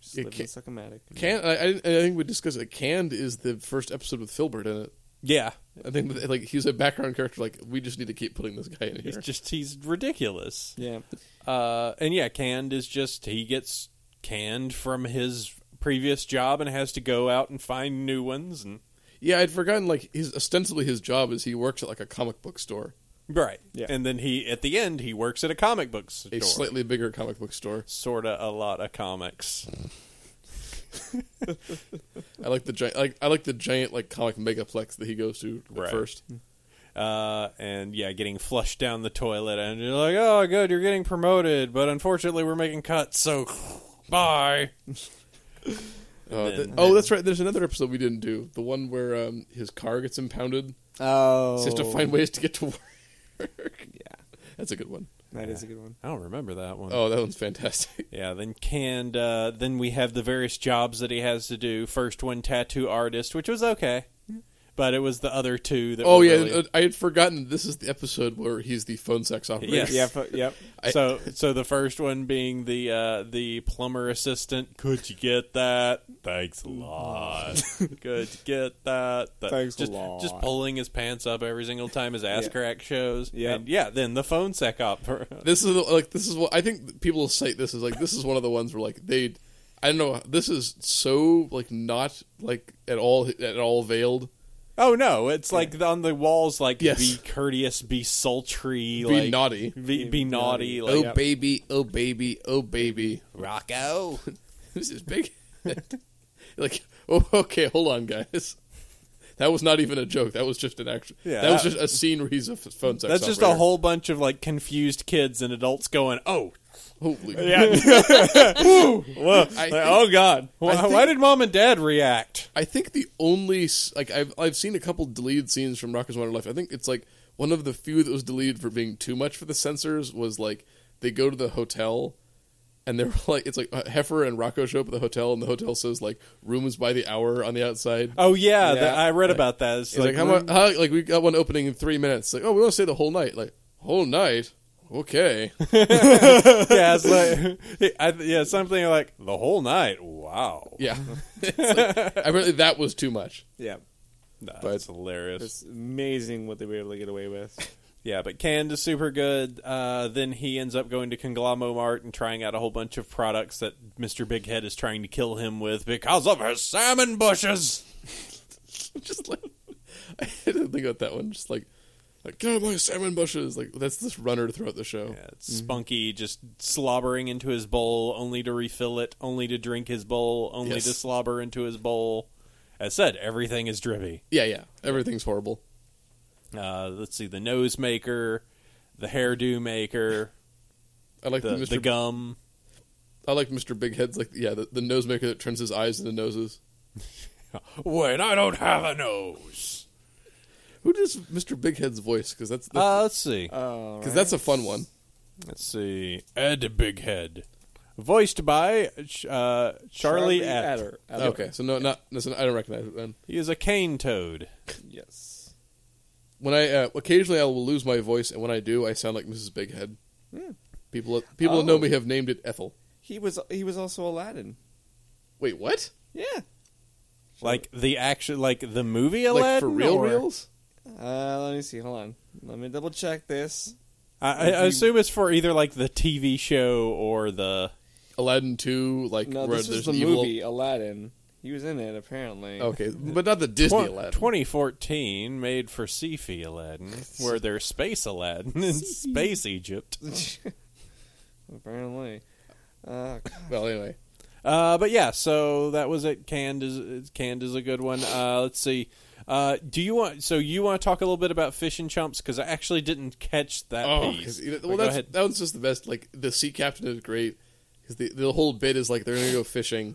S5: just
S4: It
S5: live in
S4: can't-
S5: psychomatic.
S4: Can I, I, I think we discussed it. Canned is the first episode with Filbert in it.
S2: Yeah,
S4: I think that, like he's a background character. Like we just need to keep putting this guy in
S2: he's
S4: here.
S2: just he's ridiculous.
S5: Yeah.
S2: Uh, and yeah, canned is just he gets canned from his previous job and has to go out and find new ones. And
S4: yeah, I'd forgotten. Like he's ostensibly his job is he works at like a comic book store,
S2: right,
S5: Yeah.
S2: and then he at the end he works at a comic book store,
S4: a slightly bigger comic book store.
S2: sorta a lot of comics.
S4: I like the giant. Like I like the giant like comic megaplex that he goes to at
S2: Right.
S4: first.
S2: Uh, and yeah, getting flushed down the toilet, and you're like, oh, good, you're getting promoted, but unfortunately, we're making cuts, so bye.
S4: Uh,
S2: then-
S4: th- oh, that's right. There's another episode we didn't do. The one where um, his car gets impounded.
S5: Oh.
S4: So he has to find ways to get to work.
S5: Yeah.
S4: that's a good one.
S5: That is a good one.
S2: I don't remember that one.
S4: Oh, that one's fantastic.
S2: Yeah, then canned. Uh, then we have the various jobs that he has to do. First one, tattoo artist, which was okay, but it was the other two that.
S4: Oh
S2: were
S4: yeah,
S2: really-
S4: uh, I had forgotten. This is the episode where he's the phone sex operator.
S2: Yes.
S5: Yeah. But, yep.
S4: I-
S2: so so the first one being the uh, the plumber assistant. Could you get that? Thanks a lot. Could you get that? Th-
S5: Thanks a
S2: just,
S5: lot.
S2: Just pulling his pants up every single time his ass
S5: Yeah.
S2: crack shows.
S5: Yeah.
S2: And yeah. Then the phone sec opera.
S4: This is the- like this is what I think people cite this as like this is one of the ones where like they, I don't know. This is so like not like at all at all veiled.
S2: Oh no! It's like on the walls, like
S4: Yes.
S2: be courteous, be sultry,
S4: Be
S2: like,
S4: naughty.
S2: be, be naughty. Like,
S4: oh baby, oh baby, oh baby.
S2: Rocco.
S4: This is big. like oh okay, hold on guys. That was not even a joke. That was just an action.
S2: Yeah,
S4: that was
S2: that-
S4: just a scene where he's a f- phone sex.
S2: That's just a
S4: operator.
S2: whole bunch of like confused kids and adults going, "Oh,
S4: Holy
S2: yeah, Whoa.
S4: I
S2: Like,
S4: think-
S2: oh God, why,
S4: I think-
S2: why did mom and dad react?"
S4: I think the only s- like I've I've seen a couple deleted scenes from Rockers Modern Life. I think it's like one of the few that was deleted for being too much for the censors was like they go to the hotel and they're like it's like uh, Heifer and Rocco show up at the hotel and the hotel says like rooms by the hour on the outside.
S2: Oh yeah,
S5: Yeah.
S2: that- I read about that. It's
S4: It's like,
S2: like,
S4: how, mu- how like we got one opening in three minutes. Like oh we want to stay the whole night. Like whole night. Okay.
S2: yeah, it's like, I, yeah, something like the whole night. Wow,
S4: Yeah. It's like, I really that was too much.
S5: Yeah.
S2: that's hilarious.
S5: It's amazing what they were able to get away with.
S2: Yeah, but canned is super good. Uh, then he ends up going to Conglomomart Mart and trying out a whole bunch of products that Mr. Big Head is trying to kill him with because of his salmon bushes.
S4: just like I didn't think about that one. Just like like get out of my salmon bushes. Like that's this runner throughout the show.
S2: Yeah, it's Spunky just slobbering into his bowl, only to refill it, only to drink his bowl, only
S4: Yes.
S2: to slobber into his bowl. As said, everything is drippy.
S4: Yeah, yeah. Everything's horrible.
S2: Uh, let's see, the nose maker, the hairdo maker,
S4: I like
S2: the,
S4: the, Mr.
S2: the gum.
S4: I like Mr. Big Head's like yeah the, the nose maker that turns his eyes into noses.
S2: When I don't have a nose.
S4: Who does Mr. Big Head's voice? Because that's because
S2: Uh, let's see.
S5: Oh.
S4: that's a fun one.
S2: Let's see. Ed Big Head. Voiced by uh, Ch- uh, Charlie, Adder.
S4: Okay, so no, not no, so I don't recognize it then.
S2: He is a cane toad.
S5: Yes.
S4: When I uh, occasionally I will lose my voice, and when I do, I sound like Mrs. Big Head. People people that know
S5: Hmm. Oh.
S4: me have named it Ethel.
S5: He was he was also Aladdin.
S4: Wait, what?
S5: Yeah.
S2: Like the action, like the movie Aladdin.
S4: Like for real
S2: or-
S4: reels?
S5: Uh, let me see. Hold on. Let me double check this.
S2: I, I I assume it's for either like the TV show or the
S4: Aladdin two? Like
S5: No,
S4: where
S5: this
S4: there's
S5: was the
S4: an evil- Oh.
S5: movie Aladdin. He was in it apparently.
S4: Okay, but not the Disney Aladdin.
S2: 2014 made for Sifi Aladdin, where there's space Aladdin in space Egypt.
S5: apparently. Uh,
S4: Well, anyway,
S2: Uh, but yeah, so that was it. Canned is canned is a good one. Uh, let's see. Uh, do you want? So you want to talk a little bit about fish and chumps? Because I actually didn't catch that
S4: oh, 'cause,
S2: piece.
S4: you know,
S2: But
S4: well,
S2: go
S4: that's,
S2: ahead.
S4: that one's just the best. Like the sea captain is great because the the whole bit is like they're gonna go fishing,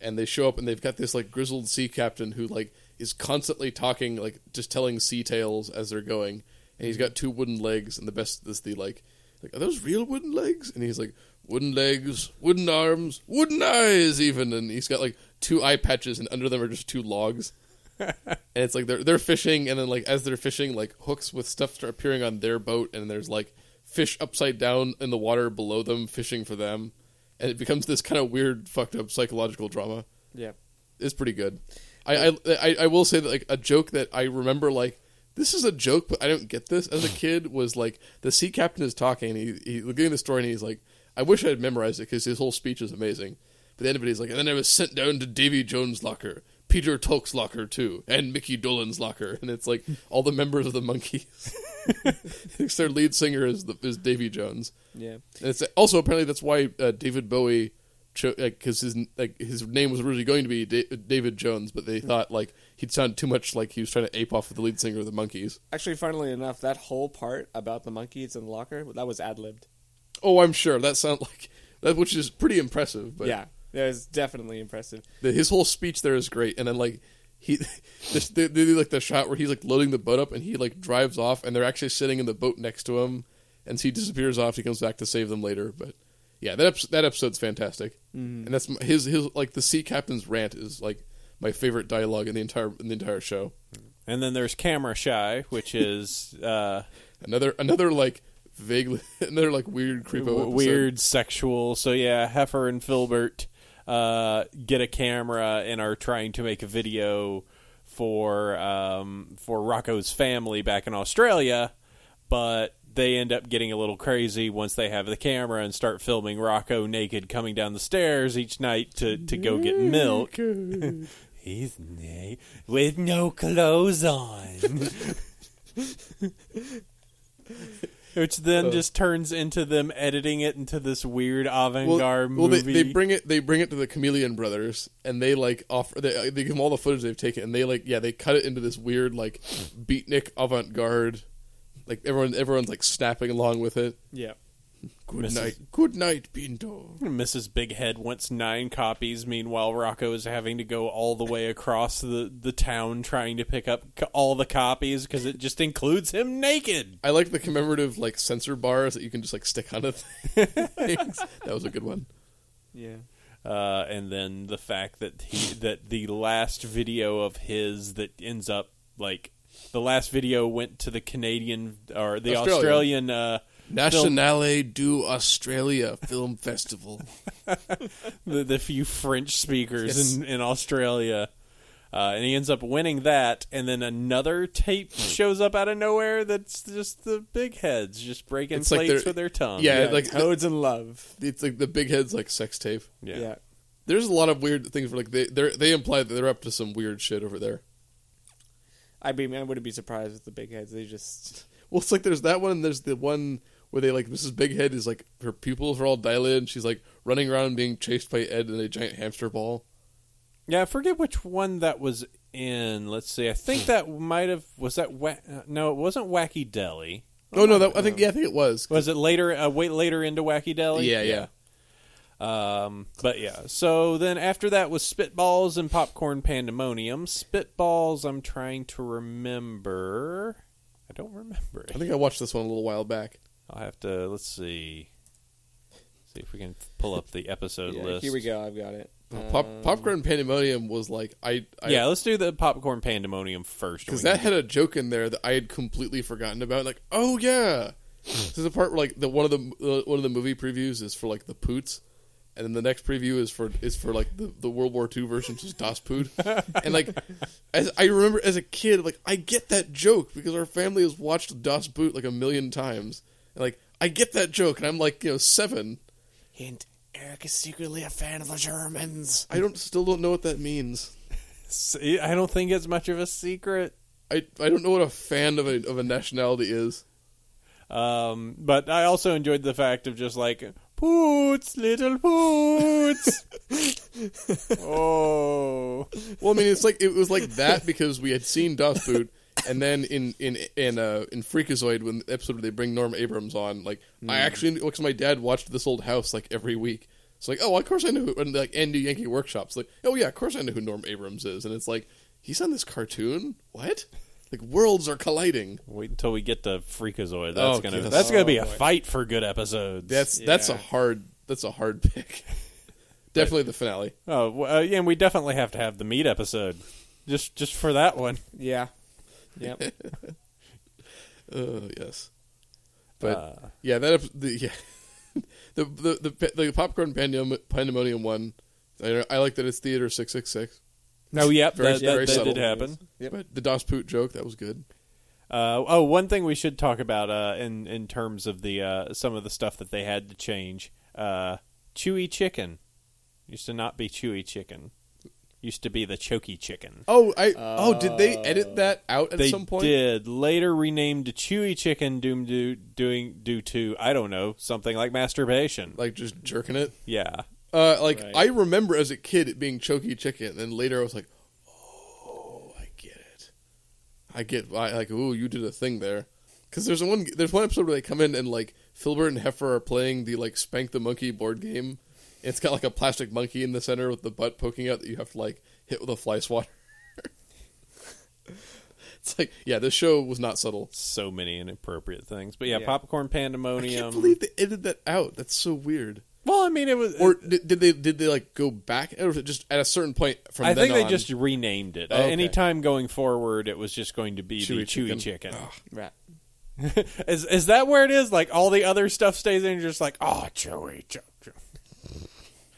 S4: and they show up and they've got this like grizzled sea captain who like is constantly talking, like just telling sea tales as they're going, and
S2: Mm-hmm.
S4: he's got two wooden legs, and the best is the like, like are those real wooden legs? And he's like. Wooden legs, wooden arms, wooden eyes, even, and he's got like two eye patches, and under them are just two logs. and it's like they're they're fishing, and then like as they're fishing, like hooks with stuff start appearing on their boat, and there's like fish upside down in the water below them, fishing for them, and it becomes this kind of weird, fucked up psychological drama.
S5: yeah.
S4: It's pretty good. I I, I I will say that like a joke that I remember like. This is a joke, but I don't get this. As a kid, was like the sea captain is talking. And he he looking at the story, and he's like, "I wish I had memorized it because his whole speech is amazing." But then he's like, "And then I was sent down to Davy Jones' locker, Peter Tulk's locker too, and Mickey Dolan's locker." And it's like all the members of the monkeys. It's Their lead singer is the, is Davy Jones.
S5: Yeah.
S4: And it's also apparently that's why uh, David Bowie, cho- like, because his like his name was originally going to be da- David Jones, but they thought like he'd sound too much like he was trying to ape off of the lead singer of the Monkees.
S5: Actually, funnily enough, that whole part about the monkeys in the locker that was ad libbed.
S4: Oh, I'm sure that sound like that, which is pretty impressive. But
S5: Yeah, that was definitely impressive.
S4: the, his whole speech there is great, and then like. He, this, they, they do like the shot where he's like loading the boat up, and he like drives off, and they're actually sitting in the boat next to him, and he disappears off. He comes back to save them later, but yeah, that episode, that episode's fantastic,
S2: Mm-hmm.
S4: and that's my, his his like the sea captain's rant is like my favorite dialogue in the entire in the entire show.
S2: And then there's camera shy, which is uh,
S4: Another another like vaguely another like weird creepo
S2: w-
S4: episode.
S2: weird sexual. So yeah, Heifer and Filbert uh, get a camera and are trying to make a video for um, for Rocco's family back in Australia, but they end up getting a little crazy once they have the camera and start filming Rocco naked coming down the stairs each night to, to go get milk. He's naked with no clothes on. Which then just turns into them editing it into this weird avant garde
S4: they,
S2: movie.
S4: they bring it they bring it to the Chameleon Brothers and they like offer they, they give them all the footage they've taken and they like yeah they cut it into this weird like beatnik avant garde like everyone everyone's like snapping along with it.
S5: Yeah.
S4: Good
S2: Mrs.
S4: night, good night, Pinto.
S2: Mrs. Big Head wants nine copies. Meanwhile, Rocco is having to go all the way across the, the town trying to pick up c- all the copies because it just includes him naked.
S4: I like the commemorative like sensor bars that you can just like stick on it. things. That was a good one.
S5: Yeah.
S2: Uh, and then the fact that he that the last video of his that ends up like the last video went to the Canadian or the Australian,
S4: Australian.
S2: uh, film-
S4: Nationale du Australia Film Festival.
S2: the, the few French speakers
S4: Yes.
S2: in, in Australia. Uh, and he ends up winning that, and then another
S4: Hmm.
S2: tape shows up out of nowhere that's just the big heads just breaking
S4: It's like
S2: plates
S4: they're-
S2: with their tongue.
S4: yeah,
S5: yeah
S4: like
S5: Toads in Love.
S4: it's like the big head's like sex tape.
S2: Yeah.
S5: yeah.
S4: There's a lot of weird things where like they they're- they imply that they're up to some weird shit over there.
S5: I mean, I wouldn't be surprised with the big heads. They just
S4: Well, it's like there's that one and there's the one where they like Mrs. Big Head is like her pupils are all dilated and she's like running around being chased by Ed and a giant hamster ball.
S2: Yeah, I forget which one that was in. Let's see. I
S4: Hmm.
S2: think that might have was that. Wa- uh, no, it wasn't Wacky Deli.
S4: Oh, no, that I think yeah, I think it was.
S2: Was it later? Uh, wait, later into Wacky Deli.
S4: yeah, yeah.
S2: Um, but yeah, so then after that was Spitballs and Popcorn Pandemonium. Spitballs, I'm trying to remember. I don't remember
S4: I
S2: it.
S4: think I watched this one a little while back.
S2: I'll have to let's see, see if we can pull up the episode
S5: yeah,
S2: list.
S5: here we go. I've got it.
S4: Pop,
S5: Um,
S4: Popcorn Pandemonium was like I, I
S2: yeah, let's do the Popcorn Pandemonium first.
S4: because
S2: We
S4: that
S2: can-
S4: had a joke in there that I had completely forgotten about. Like, oh yeah, this is the part where like the one of the uh, one of the movie previews is for like the poots, and then the next preview is for is for like the, the World War II version, just Das Poot. and like, as I remember as a kid, like I get that joke because our family has watched Das Boot like a million times. And, like I get that joke, and I'm like you know seven.
S5: Hint, Eric is secretly a fan of the Germans.
S4: I don't still don't know what that means.
S2: See, I don't think it's much of a secret.
S4: I, I don't know what a fan of a of a nationality is.
S2: Um, but I also enjoyed the fact of just like poots, little poots. oh,
S4: Well, I mean, it's like it was like that because we had seen Das Boot, and then in in in uh, in Freakazoid when the episode where they bring Norm Abrams on, like I actually because my dad watched this old house like every week. It's like, oh, of course I know who, and like and New Yankee Workshops, like, oh yeah, of course I know who Norm Abrams is, and it's like he's on this cartoon. What? Like worlds are colliding.
S2: wait until we get to Freakazoid. That's
S4: Oh,
S2: gonna
S4: goodness.
S2: that's gonna be a
S5: Oh, boy.
S2: fight for good episodes.
S4: That's that's a
S5: Yeah.
S4: hard that's a hard pick. Definitely the finale.
S2: oh w- uh, yeah, and we definitely have to have the meat episode just just for that one.
S5: Yeah. Yep.
S4: Oh yes, but yeah, that ep- the yeah the the the, the popcorn pandem- pandemonium one. I, I like that it's theater six six six.
S2: No, yep,
S4: Very-
S2: that, that,
S4: very
S2: that
S4: subtle.
S2: did happen.
S5: Yep.
S4: But the Das Poot joke that was good.
S2: Uh, oh, one thing we should talk about uh, in in terms of the uh, some of the stuff that they had to change. Uh, chewy chicken used to not be chewy chicken. Used to be the choky chicken.
S4: Oh, I oh did they edit that out at
S2: they
S4: some point?
S2: did later renamed to chewy chicken doom do, doing due to I don't know something like masturbation.
S4: Like just jerking it.
S2: yeah,
S4: Uh, like
S5: Right.
S4: I remember as a kid it being Choky Chicken, and then later I was like, oh, I get it. I get why like ooh, you did a thing there. Because there's one there's one episode where they come in and like Filbert and Heifer are playing the like spank the monkey board game. It's got like a plastic monkey in the center with the butt poking out that you have to like hit with a fly swatter. it's like yeah, this show was not subtle.
S2: so many inappropriate things. But yeah,
S5: Yeah.
S2: popcorn
S4: I
S2: pandemonium.
S4: can't believe they edited that out. That's so weird.
S2: well, I mean it was.
S4: Or did, did they did they like go back, or was it just at a certain point from?
S2: I
S4: then
S2: think they
S4: on-
S2: just renamed it.
S4: Oh, okay.
S2: Any time going forward, it was just going to be the
S4: Chewy
S2: chewy
S4: chicken.
S2: chicken.
S5: Right.
S2: Is is that where it is? Like all the other stuff stays in. You're just like, oh, Joey, Joe, Joe.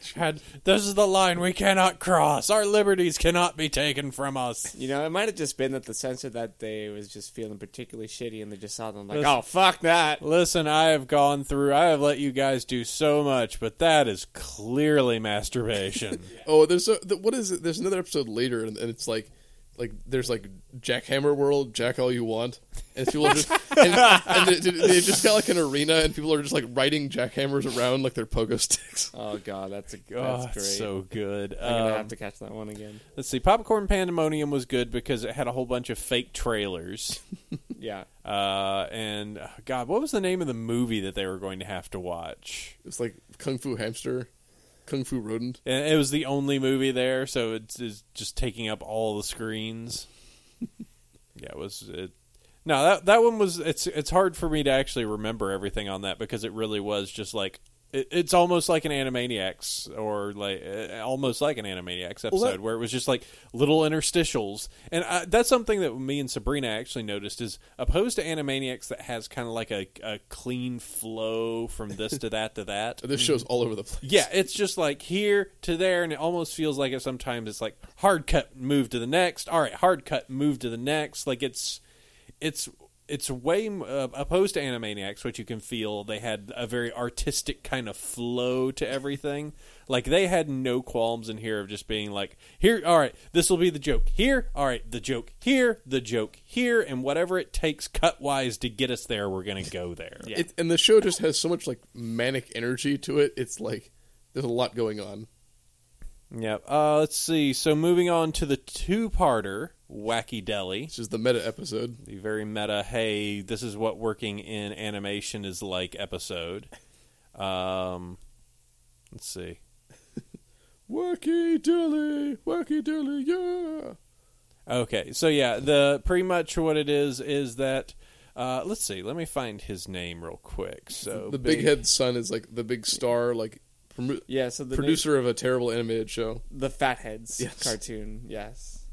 S2: Chad, this is the line we cannot cross. Our liberties cannot be taken from us.
S5: You know, it might have just been that the censor that day was just feeling particularly shitty, and they just saw them like,
S2: Listen.
S5: "Oh fuck that!"
S2: Listen, I have gone through. I have let you guys do so much, but that is clearly masturbation.
S4: Oh, there's a, the, what is it? There's another episode later, and, and it's like, like there's like Jackhammer World, Jack all you want, and it's people are just and, and they, they've just got like an arena, and people are just like riding jackhammers around like they're pogo sticks.
S5: Oh god, that's a
S2: oh,
S5: that's
S2: it's
S5: great.
S2: so good.
S5: I'm gonna have
S2: Um,
S5: to catch that one again.
S2: let's see. Popcorn Pandemonium was good because it had a whole bunch of fake trailers.
S5: Yeah,
S2: Uh, and oh, God, what was the name of the movie that they were going to have to watch?
S4: It's like Kung Fu Hamster, Kung Fu Rodent.
S2: And it was the only movie there, so it's, it's just taking up all the screens. yeah, it was it. No, that that one was it's it's hard for me to actually remember everything on that because it really was just like it, it's almost like an Animaniacs or like uh, almost like an Animaniacs episode
S4: that-
S2: where it was just like little interstitials, and I, that's something that me and Sabrina actually noticed is opposed to Animaniacs that has kind of like a, a clean flow from this to that to that.
S4: This show's all over the place.
S2: Yeah, it's just like here to there, and it almost feels like it sometimes. It's like hard cut, move to the next. All right, hard cut, move to the next. Like it's, it's, it's way m- uh, opposed to Animaniacs, which you can feel they had a very artistic kind of flow to everything. Like they had no qualms in here of just being like, here, all right, this will be the joke here. All right, the joke here, the joke here, and whatever it takes cut wise to get us there, we're gonna go there.
S5: Yeah.
S4: It, and the show just has so much like manic energy to it. It's like there's a lot going on.
S2: Yep. Uh, let's see. So moving on to the two-parter, Wacky Deli,
S4: It's just the meta episode.
S2: the very meta. Hey, this is what working in animation is like episode. Um, let's see.
S4: Wacky Dilly, Wacky Dilly, yeah.
S2: Okay, so yeah, the pretty much what it is is that. Uh, let's see. Let me find his name real quick. So
S4: the big, head son is like the big star, like prom-
S5: yeah. So the
S4: producer of a terrible animated show,
S5: name- the Fatheads
S4: Yes.
S5: cartoon. Yes.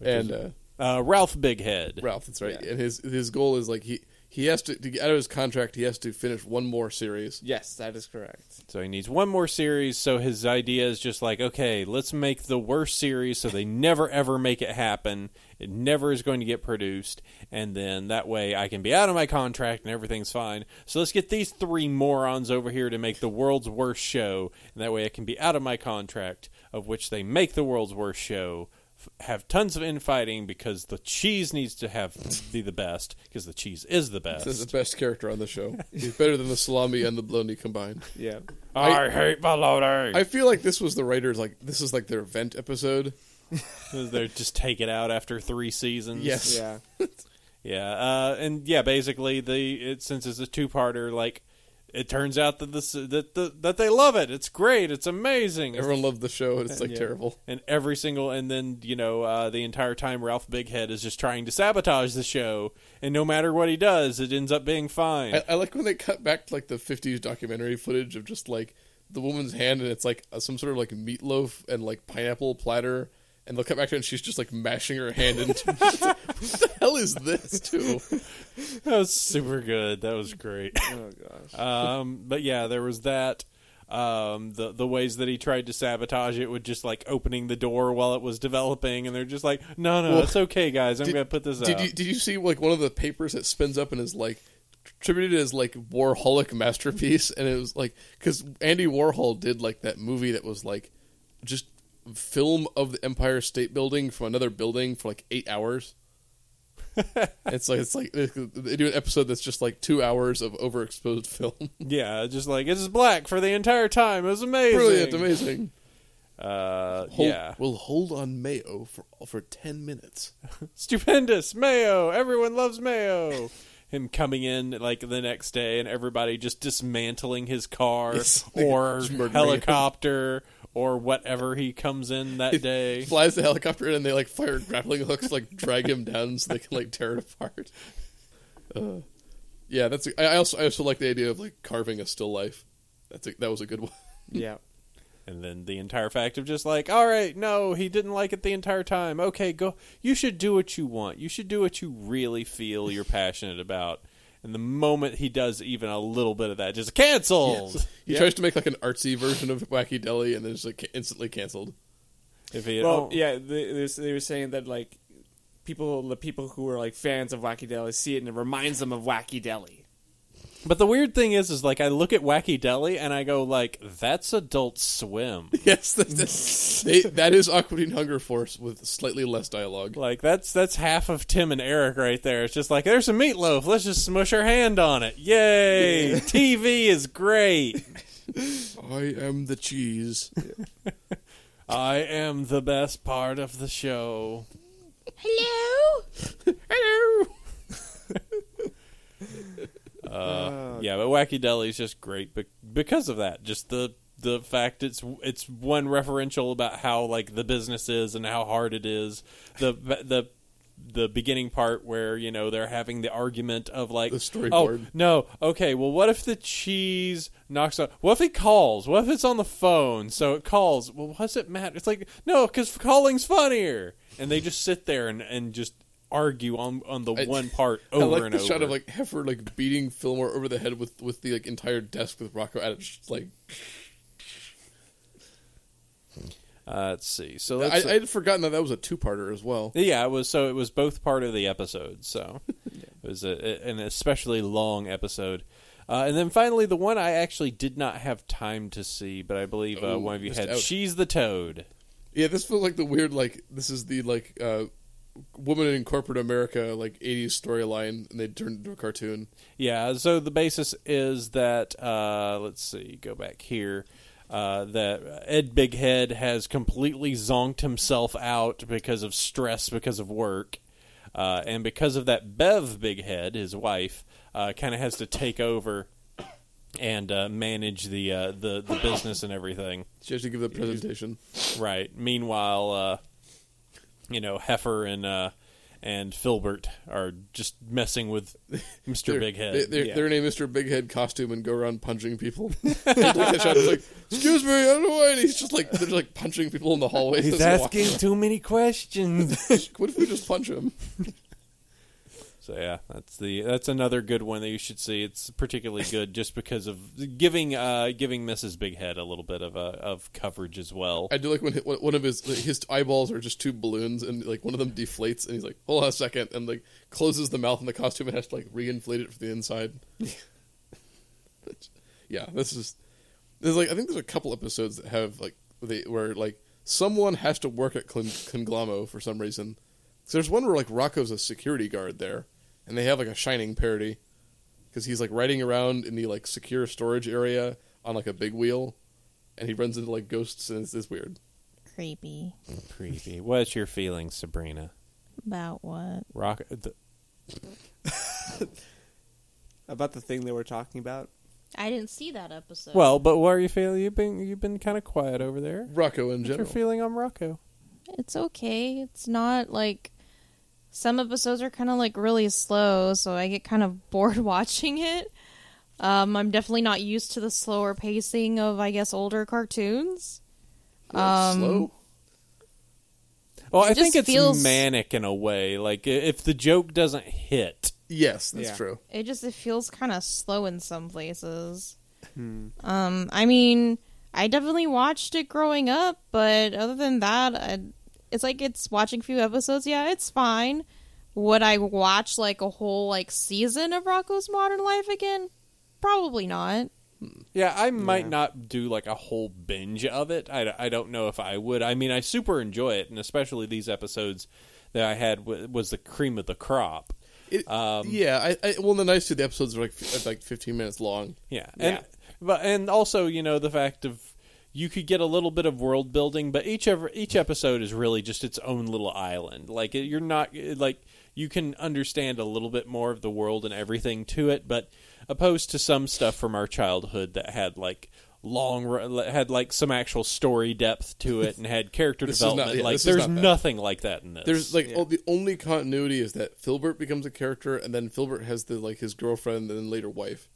S4: and uh,
S2: uh, Ralph Big Head.
S4: Ralph. That's right.
S5: Yeah.
S4: And his his goal is like he He has to, to get out of his contract. He has to finish one more series.
S5: Yes, that is correct.
S2: So he needs one more series. So his idea is just like, okay, let's make the worst series so they never ever make it happen. It never is going to get produced. And then that way I can be out of my contract and everything's fine. So let's get these three morons over here to make the world's worst show. And that way I can be out of my contract, of which they make the world's worst show. f- Have tons of infighting because the cheese needs to have be the best because the cheese is the
S4: This is
S2: best.
S4: the best character on the show. He's better than the salami and the bologna combined.
S5: Yeah.
S2: I, hate bologna.
S4: I feel like this was the writers like this is like their vent episode.
S2: They're just take it out after three seasons.
S4: Yes.
S5: Yeah.
S2: Yeah, uh, and yeah, basically the it, since it's a two parter, like it turns out that this that the, that they love it. It's great. It's amazing.
S4: Everyone loved the show, and it's like
S5: Yeah.
S4: terrible.
S2: and every single and then you know uh, the entire time Ralph Bighead is just trying to sabotage the show, and no matter what he does, it ends up being fine.
S4: I, I like when they cut back to like the '50s documentary footage of just like the woman's hand, and it's like uh, some sort of like meatloaf and like pineapple platter. And they'll cut back to her, and she's just like mashing her hand into. what the hell is this, too?
S2: that was super good. That was great.
S5: Oh gosh.
S2: um, but yeah, there was that. Um, the the ways that he tried to sabotage it with just like opening the door while it was developing, and they're just like, no, no,
S4: Well,
S2: it's okay, guys. I'm
S4: did-
S2: gonna put this
S4: Did
S2: out.
S4: you did you see like one of the papers that spins up and is like attributed as like Warholic masterpiece? And it was like because Andy Warhol did like that movie that was like just film of the Empire State Building from another building for like eight hours. it's like it's like they do an episode that's just like two hours of overexposed film.
S2: Yeah, just like it's black for the entire time. It was amazing.
S4: Brilliant, amazing.
S2: Uh,
S4: Hold,
S2: yeah,
S4: we'll hold on mayo for for ten minutes.
S2: stupendous mayo. Everyone loves mayo. Him coming in like the next day and everybody just dismantling his car
S4: Yes.
S2: or
S4: Just murdering
S2: helicopter or whatever he comes in that day.
S4: flies the helicopter in and they like fire grappling hooks to, like drag him down so they can like tear it apart uh, yeah that's I, I also i also like the idea of like carving a still life that's a, that was a good one
S5: Yeah.
S2: And then the entire fact of just like, all right, no, he didn't like it the entire time. Okay, go. You should do what you want. You should do what you really feel you're passionate about. And the moment he does even a little bit of that, just canceled.
S4: he tries to make like an artsy version of wacky deli and then it's like ca- instantly canceled
S2: If he had
S5: Well,
S2: owned-
S5: yeah. They, they was- they were saying that like people, the people who are like fans of Wacky Deli, see it and it reminds them of Wacky Deli.
S2: But the weird thing is, is like I look at Wacky Deli and I go like, "That's Adult Swim."
S4: yes that's, that's, they, that is aqua Teen hunger force with slightly less dialogue
S2: Like that's that's half of Tim and Eric right there. It's just like there's a meatloaf. Let's just smush her hand on it. Yay! TV is great.
S4: i am the cheese
S2: I am the best part of the show.
S3: Hello?
S4: hello
S2: Yeah, but Wacky Deli is just great be- because of that. Just the the fact it's it's one referential about how like the business is and how hard it is. The the the beginning part where you know they're having the argument of like
S4: The
S2: oh
S4: storyboard.
S2: no okay well what if the cheese knocks out what if it calls what if it's on the phone so it calls well what's it matter it's like no because calling's funnier and they just sit there and, and just argue on on the
S4: I-
S2: one part
S4: I
S2: over
S4: like
S2: and
S4: the
S2: over
S4: shot of like Heifer like beating Fillmore over the head with with the like entire desk with Rocco at it, just like
S2: uh, let's see so let's
S4: I, I had forgotten that that was a two-parter as well.
S2: Yeah, it was. So it was both part of the episode. So it was a, a- an especially long episode. Uh, and then finally, the one I actually did not have time to see, but I believe uh,
S4: Oh,
S2: one of you
S4: missed
S2: had.
S4: out.
S2: She's the Toad.
S4: Yeah, this feels like the weird like this is the like uh woman in corporate America like 80s storyline and they turned it into a cartoon.
S2: Yeah. So the basis is that uh, let's see, go back here. Uh, that Ed Bighead has completely zonked himself out because of stress, because of work, uh, and because of that, Bev Bighead, his wife, uh, kind of has to take over and uh, manage the uh, the the business and everything.
S4: She has to give the presentation.
S2: Right. Meanwhile, uh, you know, Heifer and uh, and Filbert are just messing with Mister
S4: Their-
S2: Bighead.
S4: they- They're,
S5: yeah.
S4: they're in a Mr. Big Head costume and go around punching people. They take that shot, it's like, excuse me, I don't know why. And he's just like, they're just, like punching people in the hallway. as they walk.
S2: too many questions.
S4: what if we just punch him?
S2: So yeah, that's the that's another good one that you should see. It's particularly good just because of giving uh giving Mrs. Big Head a little bit of uh, of coverage as well.
S4: I do like when when one of his like, his eyeballs are just two balloons, and like one of them deflates, and he's like, "Hold on a second, and like closes the mouth in the costume and has to like reinflate it from the inside. Which- yeah, this is there's like I think there's a couple episodes that have like they where like someone has to work at Clon- Conglamo for some reason. So there's one where like Rocco's a security guard there, and they have like a Shining parody because he's like riding around in the like secure storage area on like a big wheel, and he runs into like ghosts, and it's, it's weird.
S3: Creepy.
S2: Creepy. What's your feelings, Sabrina?
S3: About what?
S2: Rock. The,
S5: about the thing that we're talking about.
S3: I didn't see that episode.
S2: well, but what are you feeling? You've been you've been kind of quiet over there.
S4: Rocco in
S2: What's your
S4: general.
S2: feeling on Rocco?
S3: it's okay. It's not like some episodes are kind of like really slow, so I get kind of bored watching it. Um, I'm definitely not used to the slower pacing of, I guess, older cartoons.
S4: Well, it's slow.
S2: Well, I
S3: just
S2: think it's
S3: feels-
S2: manic in a way. Like i- if the joke doesn't hit,
S4: Yes, that's
S5: Yeah.
S4: true.
S3: It just it feels kind of slow in some places. Um, I mean, I definitely watched it growing up, but other than that, I, it's like it's watching a few episodes. Yeah, it's fine. Would I watch like a whole like season of Rocco's Modern Life again? Probably not.
S2: yeah, I might not do like a whole binge of it. I, d- I don't know if I would. I mean, I super enjoy it, and especially these episodes that I had w- was the cream of the crop.
S4: It,
S2: Um,
S4: yeah, I, I, well, the nice two the episodes are like f- like fifteen minutes long.
S2: Yeah, and but and also you know the fact of you could get a little bit of world building, but each ever each episode is really just its own little island. Like it- you're not like you can understand a little bit more of the world and everything to it, but opposed to some stuff from our childhood that had like long ru- had like some actual story depth to it and had character
S4: This is not-
S2: development.
S4: yeah,
S2: like
S4: this is
S2: there's
S4: not that.
S2: nothing like that in this.
S4: There's like oh, the only continuity is that Filbert becomes a character, and then Filbert has the like his girlfriend, and then later wife.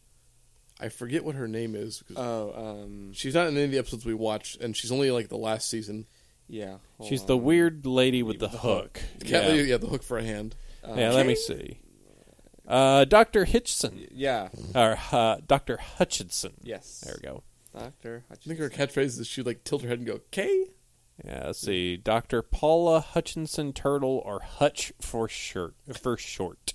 S4: I forget what her name is. Because
S5: Oh, um,
S4: she's not in any of the episodes we watched, and she's only like the last season.
S5: yeah. hold
S2: she's
S5: on.
S2: the weird lady with the hook.
S4: Cat
S2: Yeah.
S4: Lady, yeah, the hook for a hand.
S2: Yeah, let me see. Uh, Doctor Hitchson.
S5: Yeah.
S2: or uh, Dr. Hutchinson.
S5: Yes.
S2: There we go.
S5: Doctor
S4: I think
S5: Hutchinson.
S4: her catchphrase is she would like tilt her head and go K.
S2: Yeah, let's see. Dr. Paula Hutchinson Turtle, or Hutch for short. For short.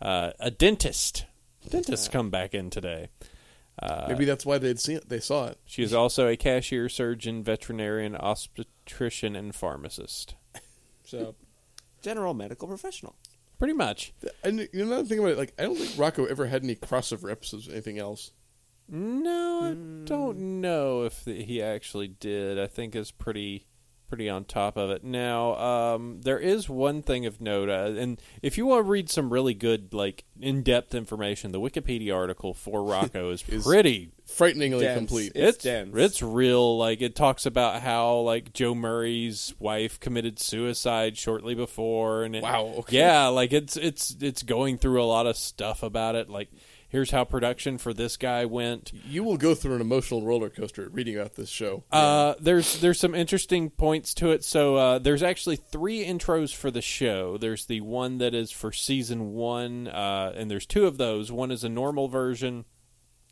S2: Uh, a dentist. Dentists come back in today.
S4: Maybe that's why they'd seen it. They saw it.
S2: She is also a cashier, surgeon, veterinarian, obstetrician, and pharmacist.
S5: So, general medical professional.
S2: Pretty much.
S4: And you know, another thing about it, like I don't think Rocco ever had any crossover episodes or anything else.
S2: No, I don't
S4: Mm.
S2: know if the, he actually did. I think it's pretty pretty on top of it. Now, um, there is one thing of note, uh, and if you want to read some really good, like in-depth information, the Wikipedia article for Rocco is,
S4: Is-
S2: pretty.
S4: Frighteningly
S5: Dense.
S4: complete.
S5: It's
S2: it's
S5: dense.
S2: it's real. Like it talks about how like Joe Murray's wife committed suicide shortly before, and it,
S4: Wow, okay.
S2: yeah, like it's it's it's going through a lot of stuff about it. Like here's how production for this guy went.
S4: You will go through an emotional roller coaster reading about this show.
S2: Uh, there's there's some interesting points to it. So uh, there's actually three intros for the show. There's the one that is for season one, uh, and there's two of those. One is a normal version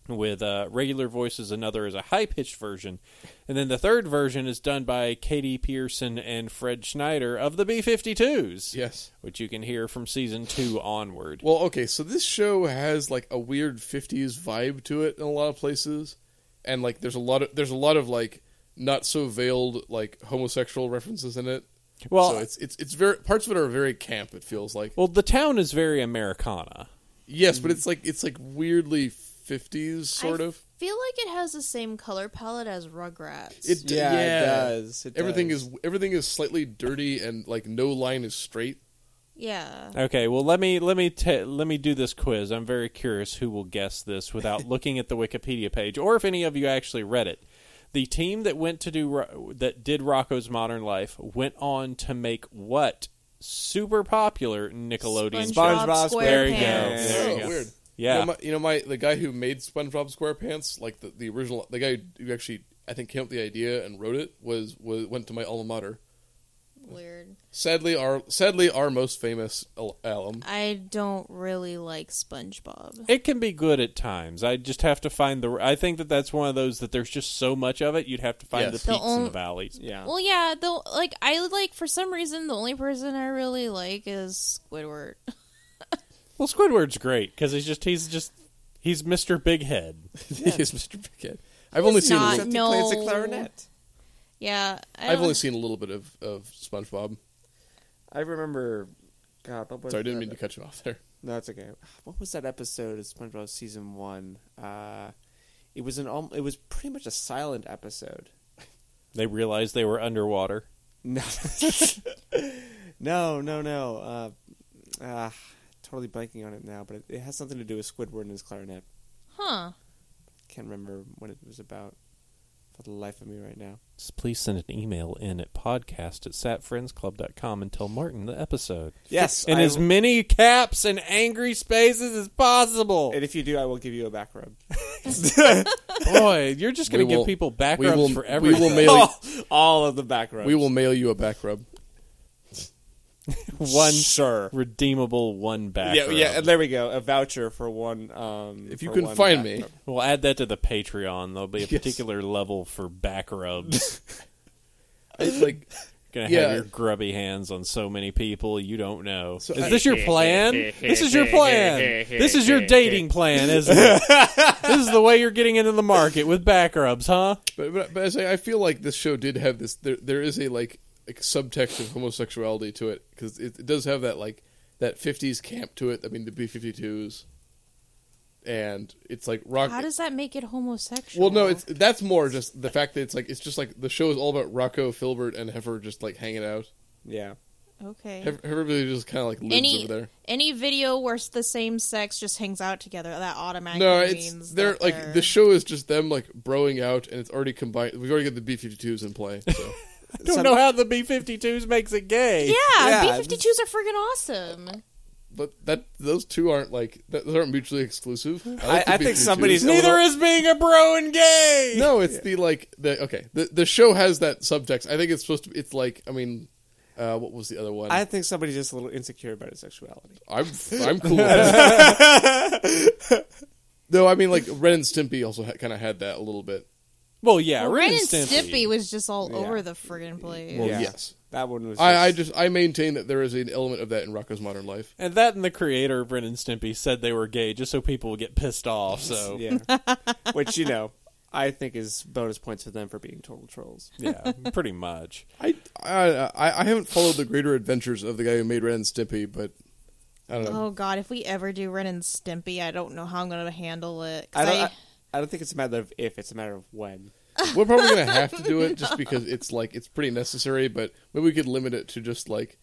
S2: with uh, regular voices. Another is a high pitched version, and then the third version is done by Katie Pearson and Fred Schneider of the B52s,
S4: yes.
S2: which you can hear from season two onward.
S4: Well, okay, so this show has like a weird '50s vibe to it in a lot of places, and like there's a lot of there's a lot of like not so veiled like homosexual references in it.
S2: Well-
S4: so it's it's it's very parts of it are very camp. It feels like
S2: Well, the town is very Americana.
S4: yes, but it's like it's like weirdly '50s sort
S3: I
S4: of.
S3: feel like it has the same color palette as Rugrats.
S4: It
S5: Yeah, it does, it
S4: everything
S5: does.
S4: is everything is slightly dirty and like no line is straight.
S3: yeah.
S2: Okay, well let me let me ta let me do this quiz. I'm very curious who will guess this without looking at the Wikipedia page, or if any of you actually read it. The team that went to do Ro- that did Rocco's Modern Life went on to make what super popular Nickelodeon.
S5: SpongeBob.
S2: There you go.
S3: SquarePants.
S2: There you go.
S4: weird.
S2: Yeah.
S4: You know, my, you know, my- the guy who made SpongeBob SquarePants, like the, the original, the guy who actually I think came up with the idea and wrote it was, was went to my alma mater.
S3: Weird.
S4: Sadly, our sadly our most famous al- alum.
S3: I don't really like SpongeBob.
S2: It can be good at times. I just have to find the. I think that that's one of those that there's just so much of it. You'd have to find
S4: Yes.
S2: the
S4: The
S2: peaks and
S3: only-
S2: the valleys.
S5: Yeah.
S3: Well, yeah, though, like I like for some reason the only person I really like is Squidward.
S2: Well, Squidward's great because he's just he's just he's Mr. Big Head.
S4: He's Mr. Bighead. I've only seen a
S3: not.
S4: little,
S5: Except he plays the
S3: no.
S5: clarinet.
S3: Yeah, I
S4: I've
S3: don't-
S4: only seen a little bit of, of SpongeBob.
S5: I remember. God, what was
S4: Sorry, I didn't
S5: that-
S4: mean to cut you off there.
S5: No, it's okay. What was that episode of SpongeBob season one? Uh, it was an al- it was pretty much a silent episode.
S2: They realized they were underwater.
S5: No, no, no, no. Uh, uh, totally blanking on it now, but it, it has something to do with Squidward and his clarinet.
S3: Huh?
S5: Can't remember what it was about for the life of me right now.
S2: Just please send an email in at podcast at satfriendsclub.com and tell Martin the episode.
S5: Yes,
S2: In
S5: I
S2: as
S5: will-
S2: many caps and angry spaces as possible.
S5: And if you do, I will give you a back rub.
S2: Boy, you're just going
S4: We
S2: to give
S4: will-
S2: people back
S4: we
S2: rubs
S4: will-
S2: for
S4: we
S2: everything.
S4: will mail-
S5: all, all of the back rubs.
S4: We will mail you a back rub.
S2: one
S5: sure.
S2: redeemable one back.
S5: Yeah, yeah.
S2: rub.
S5: And there we go. A voucher for one. Um,
S4: If you
S5: for
S4: can
S5: one
S4: find
S5: back
S4: me.
S5: rub.
S2: We'll add that to the Patreon. There'll be a
S4: Yes.
S2: particular level for back rubs.
S4: I, like
S2: Gonna have
S4: Yeah.
S2: your grubby hands on so many people you don't know. is this your plan? this is your plan. this is your dating plan, isn't it? this is the way you're getting into the market with back rubs, huh?
S4: But, but, but I say I feel like this show did have this. There there is a like, like subtext of homosexuality to it because it, it does have that like that fifties camp to it. I mean the B fifty twos, and it's like rock.
S3: How does that make it homosexual?
S4: well, no, it's that's more just the fact that it's like it's just like the show is all about Rocco Filbert and Heifer just like hanging out.
S5: Yeah.
S3: okay.
S4: Heifer, Heifer really just kind of like lives
S3: any
S4: over there.
S3: any video where s- the same sex just hangs out together, that automatically
S4: No,
S3: means
S4: it's they're
S3: that
S4: like
S3: they're-
S4: the show is just them like broing out, and it's already combined. We've already got the B fifty twos in play. So.
S2: I don't
S5: Some-
S2: know how the B-52s makes it gay.
S3: Yeah,
S5: Yeah,
S3: B 52s are freaking awesome.
S4: But that those two aren't like that, those aren't mutually exclusive. I, like
S5: I- I
S4: the
S5: think
S4: B52s.
S5: somebody's-
S2: Neither is being a bro and gay.
S4: no. It's the like the okay. The the show has that subtext. I think it's supposed to. It's like I mean, uh, what was the other one?
S5: I think somebody's just a little insecure about his sexuality.
S4: I'm I'm cool. with that. no, I mean like Ren and Stimpy also ha- kind of had that a little bit.
S2: Well, yeah,
S3: Well,
S2: Ren and
S3: Stimpy was just all
S5: Yeah.
S3: over the friggin' place.
S4: Well,
S5: Yeah.
S4: yes.
S5: That one was. Just,
S4: I, I just I maintain that there is an element of that in Rocco's modern life.
S2: And that and the creator of Ren and Stimpy said they were gay just so people would get pissed off. So
S5: Yeah. Which you know, I think is bonus points for them for being total trolls.
S2: yeah, pretty much.
S4: I, I I I haven't followed the greater adventures of the guy who made Ren and Stimpy, but I don't know.
S3: Oh God! If we ever do Ren and Stimpy, I don't know how I'm gonna handle it. 'cause
S5: I don't.
S3: I-
S5: I, I don't think it's a matter of if; it's a matter of when.
S4: We're probably gonna have to do it just because it's like it's pretty necessary, but maybe we could limit it to just like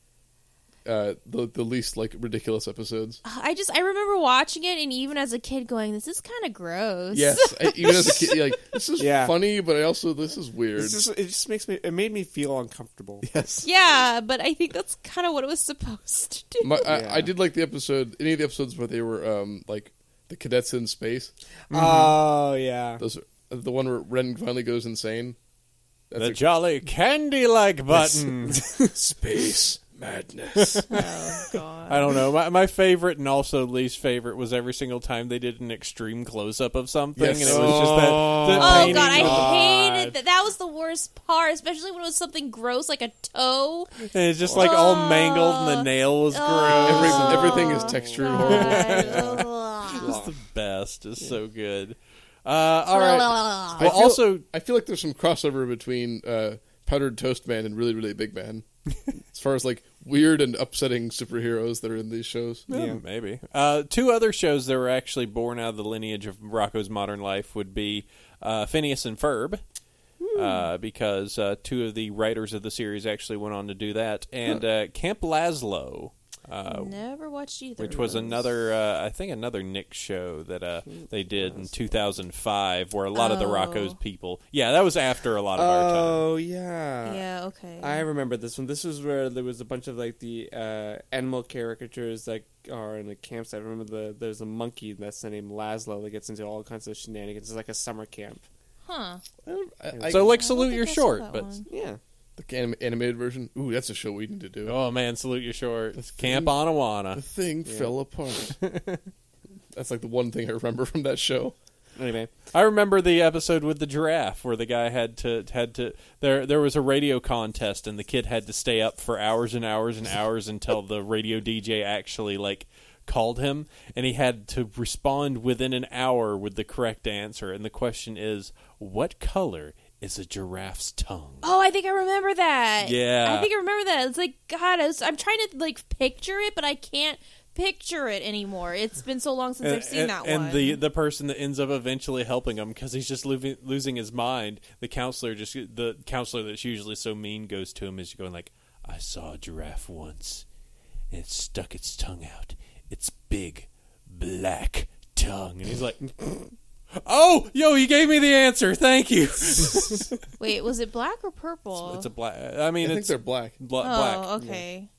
S4: uh the the least like ridiculous episodes.
S3: I just I remember watching it, and even as a kid, going, "This is kind of gross."
S4: Yes, I, even as a kid, like this is
S5: Yeah.
S4: funny, but I also this is weird.
S5: It's just, it just makes me. It made me feel uncomfortable.
S4: yes,
S3: Yeah, but I think that's kind of what it was supposed to do.
S4: My, I,
S5: Yeah.
S4: I did like the episode. Any of the episodes where they were um like the cadets in space.
S5: Oh yeah.
S4: Those are, the one where Ren finally goes insane. That's
S2: the
S4: a-
S2: jolly candy like button.
S4: space madness.
S3: oh God!
S2: I don't know. My, my favorite and also least favorite was every single time they did an extreme close up of something,
S4: Yes.
S2: and it was just that. The
S3: Oh
S2: painting
S3: God! I
S2: of-
S3: hated that. That was the worst part, especially when it was something gross like a toe.
S2: and it's just like all mangled, and the nail was
S4: Every,
S2: gross.
S4: everything is textured and horrible.
S3: God.
S2: It's the best. It's so good. Uh, all right. Well,
S4: I feel-
S2: also,
S4: I feel like there's some crossover between uh, Powdered Toast Man and Really Really Big Man, as far as like weird and upsetting superheroes that are in these shows.
S2: Yeah, maybe. Uh, two other shows that were actually born out of the lineage of Rocco's Modern Life would be uh, Phineas and Ferb, uh, because uh, two of the writers of the series actually went on to do that, and uh, Camp Laszlo. Uh,
S3: Never watched either.
S2: which was
S3: of those.
S2: another, uh, I think, another Nick show that uh, they did in 2005, where a lot of the
S3: Oh.
S2: Rocco's people. Yeah, that was after a lot of our time.
S5: Oh
S2: uh,
S5: yeah.
S3: Yeah. Okay.
S5: I remember this one. This was where there was a bunch of like the uh, animal caricatures that are in the camps. I remember the there's a monkey that's named Laszlo that gets into all kinds of shenanigans. It's like a summer camp.
S3: Huh.
S4: I, I-
S2: So, like,
S3: I don't
S2: salute
S3: think
S2: your
S3: I saw
S2: short,
S3: that
S2: but
S3: one.
S5: Yeah.
S4: The anim- animated version. Ooh, that's a show we need to do.
S2: Oh man, salute your shorts.
S4: That's-
S2: Camp
S4: The
S2: Anawana.
S4: thing fell apart. that's like the one thing I remember from that show.
S5: Anyway,
S2: I remember the episode with the giraffe where the guy had to had to there there was a radio contest and the kid had to stay up for hours and hours and hours until the radio DJ actually like called him and he had to respond within an hour with the correct answer and the question is what color is a giraffe's tongue?
S3: Oh, I think I remember that.
S2: Yeah.
S3: I think I remember that. It's like God, I was, I'm trying to like picture it, but I can't picture it anymore. It's been so long since I've seen
S2: and,
S3: that
S2: and
S3: one.
S2: the the person that ends up eventually helping him because he's just losing losing his mind. The counselor just the counselor that's usually so mean goes to him is going like, "I saw a giraffe once, and it stuck its tongue out. Its big black tongue." And he's like, "Oh, yo, you gave me the answer. Thank you." it's,
S3: Wait, was it black or purple?
S2: it's a black. I mean,
S4: I think
S2: it's
S4: they're uh, black.
S2: bla- black.
S3: oh, okay.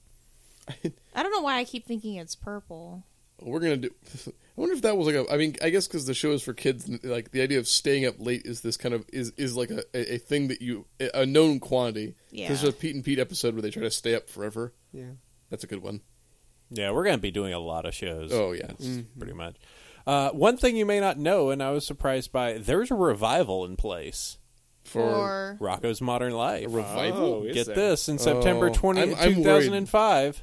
S3: I don't know why I keep thinking it's purple.
S4: We're gonna do. I wonder if that was like a. I mean, I guess because the show is for kids. Like the idea of staying up late is this kind of is is like a, a, a thing that you a known quantity.
S3: Yeah.
S4: There's a Pete and Pete episode where they try to stay up forever.
S5: yeah.
S4: That's a good one.
S2: Yeah, we're going to be doing a lot of shows.
S4: Oh, yeah.
S3: Mm.
S2: pretty much. Uh, one thing you may not know, and I was surprised by, there's a revival in place.
S4: For
S3: or
S2: Rocco's Modern Life.
S4: a revival.
S5: Oh, is
S2: Get
S5: there?
S2: this in September
S4: Oh,
S2: 20,
S4: I'm- I'm
S2: 2005.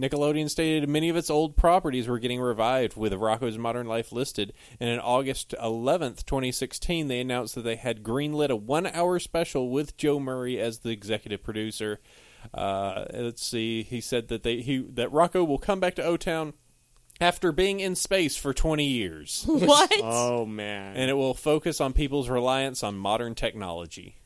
S2: Nickelodeon stated many of its old properties were getting revived with Rocco's Modern Life listed, and on August 11th, 2016, they announced that they had greenlit a one hour special with Joe Murray as the executive producer. Uh, let's see, he said that they he that Rocco will come back to O Town after being in space for 20 years,
S3: what?
S5: Oh man.
S2: and it will focus on people's reliance on modern technology.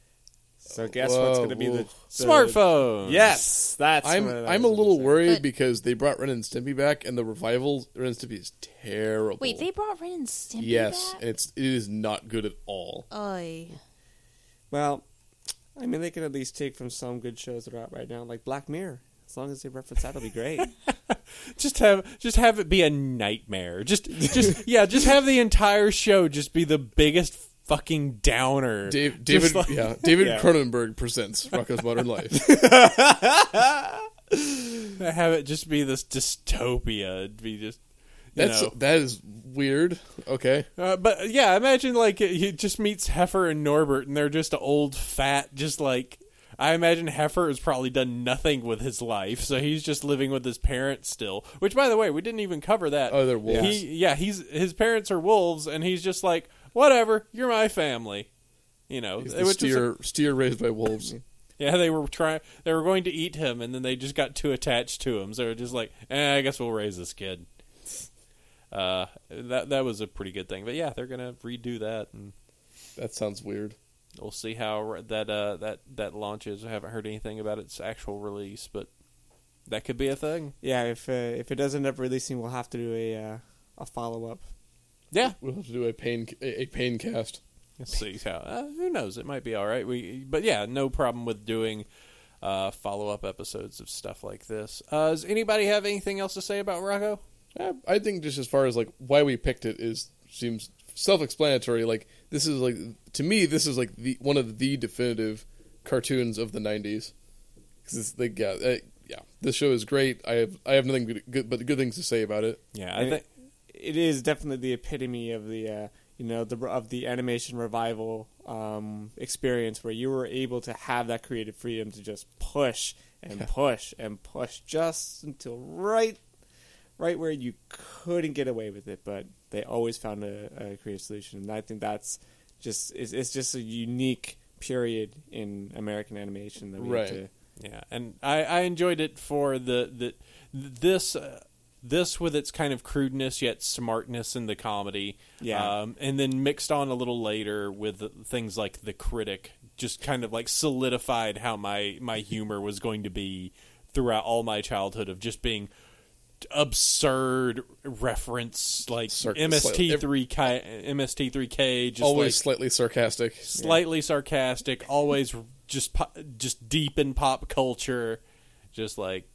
S5: so guess
S4: Whoa,
S5: what's going to be
S4: whoa.
S5: the, the
S2: Smartphones!
S5: Yes, that's.
S4: I'm
S5: what I
S4: I'm a
S5: was
S4: little
S5: gonna say.
S4: worried
S3: But-
S4: because they brought Ren and Stimpy back, and the revival Ren and Stimpy is terrible.
S3: Wait, they brought Ren and Stimpy
S4: yes,
S3: back?
S4: and it's it is not good at all.
S3: Oy.
S5: Well, I mean, they can at least take from some good shows that are out right now, like Black Mirror. As long as they reference that, it'll be great.
S2: just have just have it be a nightmare. Just just yeah, just have the entire show just be the biggest fucking downer.
S4: Dave,
S2: Just
S4: David,
S2: like-
S4: yeah, David
S5: Yeah.
S4: Cronenberg presents Rocco's Modern Life.
S2: have it just be this dystopia. It'd be just you
S4: That's
S2: know.
S4: that is weird. Okay,
S2: Uh, but yeah, imagine like he just meets Heifer and Norbert, and they're just old fat, just like. I imagine Heifer has probably done nothing with his life, so he's just living with his parents still. Which, by the way, we didn't even cover that.
S4: Oh, they're wolves.
S2: He, yeah, he's his parents are wolves, and he's just like, whatever, you're my family. You know,
S4: He's
S2: it
S4: the
S2: was just a-
S4: steer steer raised by wolves.
S2: yeah, they were trying. They were going to eat him, and then they just got too attached to him. So they were just like, eh, I guess we'll raise this kid. Uh, that that was a pretty good thing. But yeah, they're gonna redo that, and
S4: that sounds weird.
S2: we'll see how that uh that that launches. I haven't heard anything about its actual release, but that could be a thing.
S5: yeah, if uh, if it does end up releasing, we'll have to do a uh, a follow up.
S2: Yeah,
S4: We'll have to do a pain a, a pain cast.
S2: Let's see how. Uh, who knows? It might be all right. We, but yeah, no problem with doing uh, follow up episodes of stuff like this. Uh, does anybody have anything else to say about Rocco?
S4: I, I think just as far as like why we picked it is seems self-explanatory. Like this is like to me this is like the one of the definitive cartoons of the '90s. Because it's like yeah, uh, yeah, this show is great. I have I have nothing good, good but good things to say about it.
S2: Yeah,
S5: I think it is definitely the epitome of the uh, you know the of the animation revival um, experience where you were able to have that creative freedom to just push and push and push just until right right where you couldn't get away with it, but they always found a, a creative solution, and I think that's just it's, it's just a unique period in American animation that we
S4: Right.
S5: have to.
S2: Yeah, and I, I enjoyed it for the the this uh, this with its kind of crudeness yet smartness in the comedy.
S5: Yeah.
S2: um, and then mixed on a little later with things like the critic, just kind of like solidified how my my humor was going to be throughout all my childhood of just being absurd reference like
S4: Sarc-
S2: MST3K MST3K just
S4: Always
S2: like,
S4: slightly sarcastic.
S2: slightly sarcastic, always just po- just deep in pop culture, just like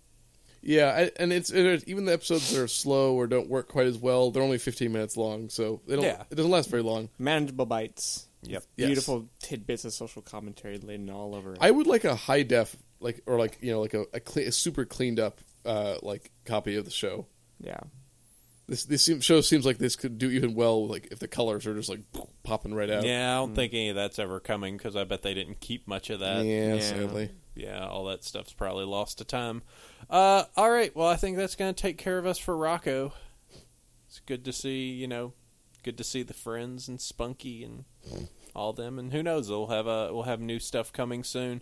S4: Yeah, I, and it's it is, even the episodes that are slow or don't work quite as well. They're only 15 minutes long, so they don't.
S2: Yeah.
S4: It doesn't last very long.
S5: Manageable bites.
S2: Yep.
S4: Yes.
S5: Beautiful tidbits of social commentary laden all over it.
S4: I would like a high def, like or like you know, like a, a, cle a super cleaned up, uh, like copy of the show.
S5: yeah.
S4: This this seem, show seems like this could do even well, like if the colors are just like popping right out.
S2: Yeah, I don't think any of that's ever coming because I bet they didn't keep much of that.
S4: yeah,
S5: yeah.
S4: sadly.
S2: yeah, all that stuff's probably lost to time. Uh, all right, well, I think that's going to take care of us for Rocco. It's good to see, you know, good to see the friends and Spunky and all them, and who knows, we'll have uh, we'll have new stuff coming soon.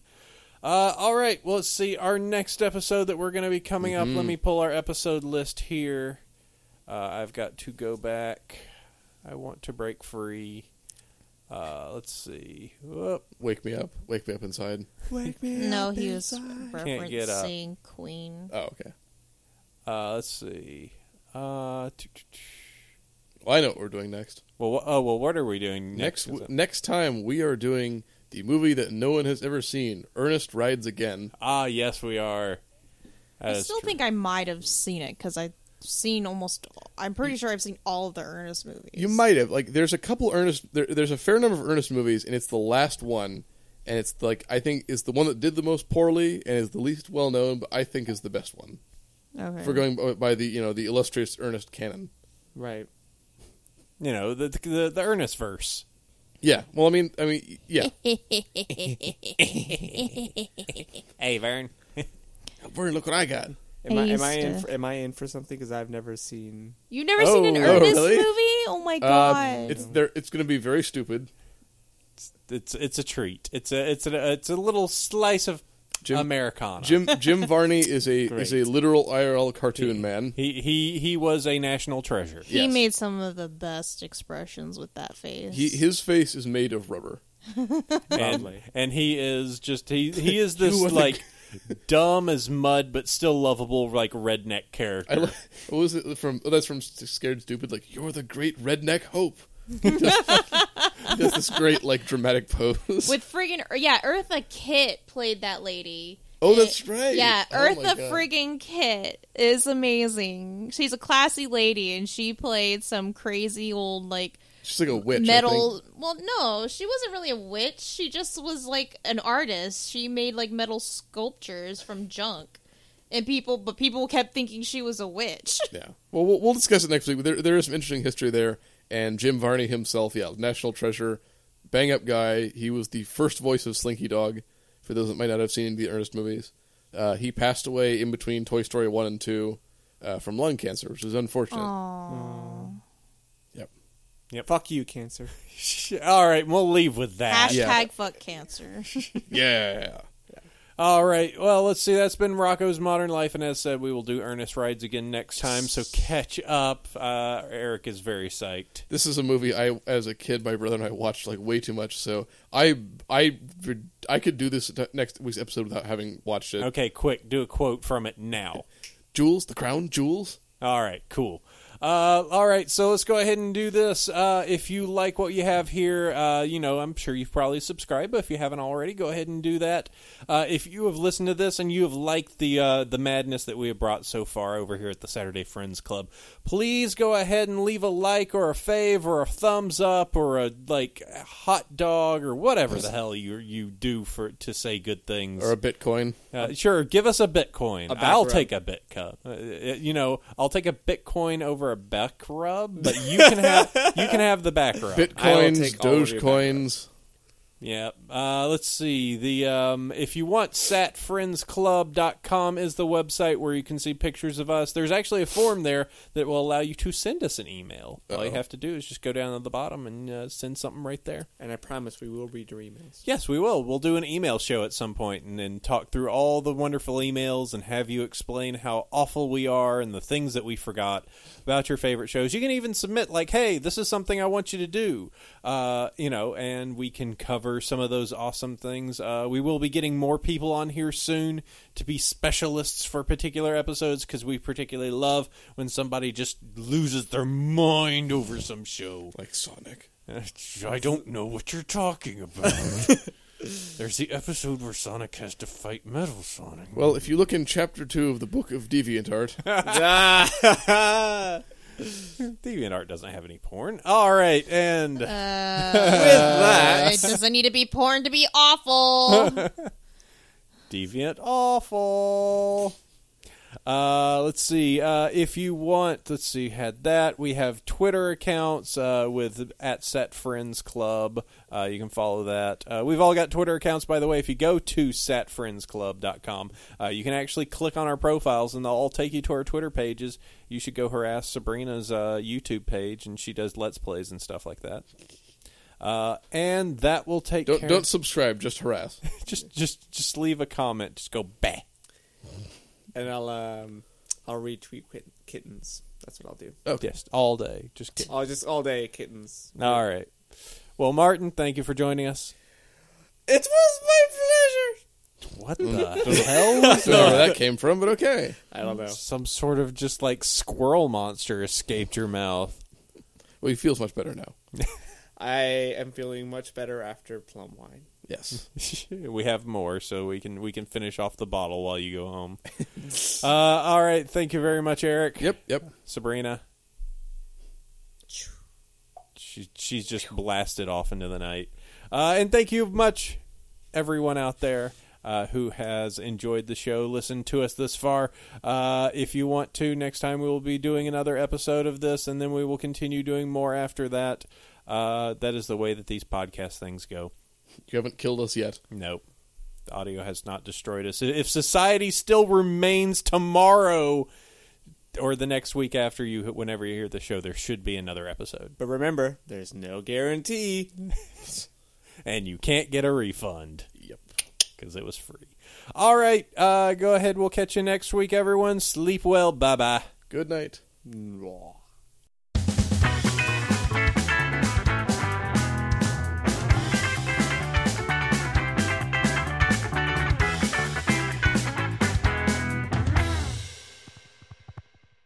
S2: Uh, all right, well, let's see our next episode that we're going to be coming up. Let me pull our episode list here. Uh, I've got to go back. I want to break free. Uh, let's see. Whoop.
S4: Wake me up, wake me up inside.
S3: No, he was
S2: Can't get up.
S3: referencing Queen.
S4: Oh, okay.
S2: Uh, let's see. Uh, t- t- t-
S4: Well, I know what we're doing next.
S2: well, wha- oh, well, what are we doing next?
S4: Next w- next time we are doing the movie that no one has ever seen, Ernest Rides Again.
S2: ah, yes, we are. That
S3: I
S2: is
S3: still
S2: true.
S3: think I might have seen it because I've seen almost. I'm pretty sure I've seen all of the Ernest movies.
S4: You might have like there's a couple Ernest there, there's a fair number of Ernest movies and it's the last one and it's like I think is the one that did the most poorly and is the least well known but I think is the best one
S3: Okay.
S4: for going by, by the you know the illustrious Ernest canon.
S5: Right.
S2: you know the the, the Ernest verse.
S4: Yeah. Well, I mean I mean yeah.
S2: Hey, Vern.
S4: Vern, look what I got.
S5: Am I, am I
S3: used
S5: in?
S3: to-
S5: For, am I in for something? Because I've never seen.
S3: You've never seen an
S4: Oh,
S3: Ernest
S4: really?
S3: movie? Oh my
S4: Uh,
S3: god!
S4: it's there it's going to be very stupid.
S2: It's it's a treat. It's a it's a it's a little slice of
S4: Jim-
S2: Americana.
S4: Jim Jim Varney is a is a
S5: Great.
S4: literal IRL cartoon man.
S2: He he he was a national treasure.
S3: he
S4: yes.
S3: made some of the best expressions with that face.
S4: He his face is made of rubber.
S2: and,
S5: Probably.
S2: and he is just he he is this
S4: You are the-
S2: like dumb as mud but still lovable like redneck character.
S4: I lo- what was it from? Oh, that's from S- Scared Stupid. Like you're the great redneck hope. just, just this great like dramatic pose.
S3: with friggin' yeah, Eartha Kitt played that lady.
S4: oh, that's right.
S3: Yeah,
S4: Oh my
S3: Eartha
S4: God.
S3: friggin' Kitt is amazing. She's a classy lady, and she played some crazy old like
S4: She's like a witch. I
S3: metal. Well, no, she wasn't really a witch. She just was like an artist. She made like metal sculptures from junk, and people, but people kept thinking she was a witch.
S4: think. Yeah. Well, well, we'll discuss it next week. There, there is some interesting history there. And Jim Varney himself, yeah, national treasure, bang up guy. He was the first voice of Slinky Dog. For those that might not have seen the Ernest movies, uh, he passed away in between Toy Story one and two uh, from lung cancer, which is unfortunate. Yep.
S5: Fuck you, cancer.
S2: All right, we'll leave with that.
S3: Hashtag
S4: Yeah.
S3: fuck cancer.
S4: Yeah.
S2: All right. Well, let's see. That's been Rocco's Modern Life, and as said, we will do Ernest Rides again next time. So catch up. Uh, Eric is very psyched.
S4: this is a movie I, as a kid, my brother and I watched like way too much. So I, I, I could do this next week's episode without having watched it.
S2: Okay, quick, do a quote from it now.
S4: Jewels, The Crown, Jewels.
S2: All right, cool. Uh, all right, so let's go ahead and do this. Uh, if you like what you have here, uh, you know, I'm sure you've probably subscribed, but if you haven't already, go ahead and do that. Uh, if you have listened to this and you have liked the uh, the madness that we have brought so far over here at the Saturday Friends Club, please go ahead and leave a like or a fave or a thumbs up or a like hot dog or whatever the hell you you do for to say good things
S4: or a Bitcoin.
S2: uh, sure, give us a Bitcoin.
S5: back
S2: I'll
S5: rub.
S2: take a bit cup. Uh, you know, I'll take a Bitcoin over a back rub, but you can have you can have the back rub.
S4: Bitcoins,
S5: take all of your
S4: Dogecoins.
S2: yeah. Uh, let's see. The um, if you want satfriendsclub.com is the website where you can see pictures of us. There's actually a form there that will allow you to send us an email. All you
S4: Uh-oh.
S2: have to do is just go down to the bottom and uh, send something right there.
S5: And I promise we will read your emails.
S2: Yes, we will. We'll do an email show at some point and then talk through all the wonderful emails and have you explain how awful we are and the things that we forgot about your favorite shows. You can even submit, like, hey, this is something I want you to do, uh, you know, and we can cover some of those awesome things. Uh, we will be getting more people on here soon to be specialists for particular episodes because we particularly love when somebody just loses their mind over some show.
S4: Like Sonic.
S2: I don't know what you're talking about. There's the episode where Sonic has to fight Metal Sonic.
S4: Well, if you look in chapter two of the Book of DeviantArt,
S2: DeviantArt doesn't have any porn. All right, and
S4: Uh,
S3: it doesn't need to be porn to be awful.
S2: Deviant Awful. Uh, let's see. Uh, if you want, let's see. Had that. We have Twitter accounts uh, with at Set Friends Club. Uh, you can follow that. Uh, we've all got Twitter accounts, by the way. If you go to setfriendsclub.com, uh, you can actually click on our profiles, and they'll all take you to our Twitter pages. You should go harass Sabrina's uh, YouTube page, and she does Let's Plays and stuff like that. Uh, and that will take
S4: Don't
S2: care
S4: don't subscribe. Just harass.
S2: just just just leave a comment. Just go bah.
S5: and I'll um, I'll retweet quit- kittens. That's what I'll do.
S2: Yes, all day. Just kidding.
S5: I'll just all day kittens.
S2: All right. Well, Martin, thank you for joining us.
S5: It was my pleasure.
S2: What the?
S4: Don't know- don't know where that came from, but okay.
S5: I don't know.
S2: Some sort of just like squirrel monster escaped your mouth.
S4: Well, he feels much better now.
S5: I am feeling much better after plum wine.
S4: Yes.
S2: we have more, so we can we can finish off the bottle while you go home. uh, all right. Thank you very much, Eric.
S4: Yep. Yep.
S2: Sabrina. She, she's just blasted off into the night. Uh, and thank you much, everyone out there uh, who has enjoyed the show, listened to us this far. Uh, if you want to, next time we will be doing another episode of this, and then we will continue doing more after that. Uh, that is the way that these podcast things go.
S4: You haven't killed us yet.
S2: Nope. The audio has not destroyed us. If society still remains tomorrow or the next week after you, whenever you hear the show, there should be another episode.
S5: But remember, there's no guarantee.
S2: And you can't get a refund
S4: Yep.
S2: because it was free. All right. Uh, go ahead. We'll catch you next week, everyone. Sleep well. Bye bye.
S4: Good night.
S5: Mwah.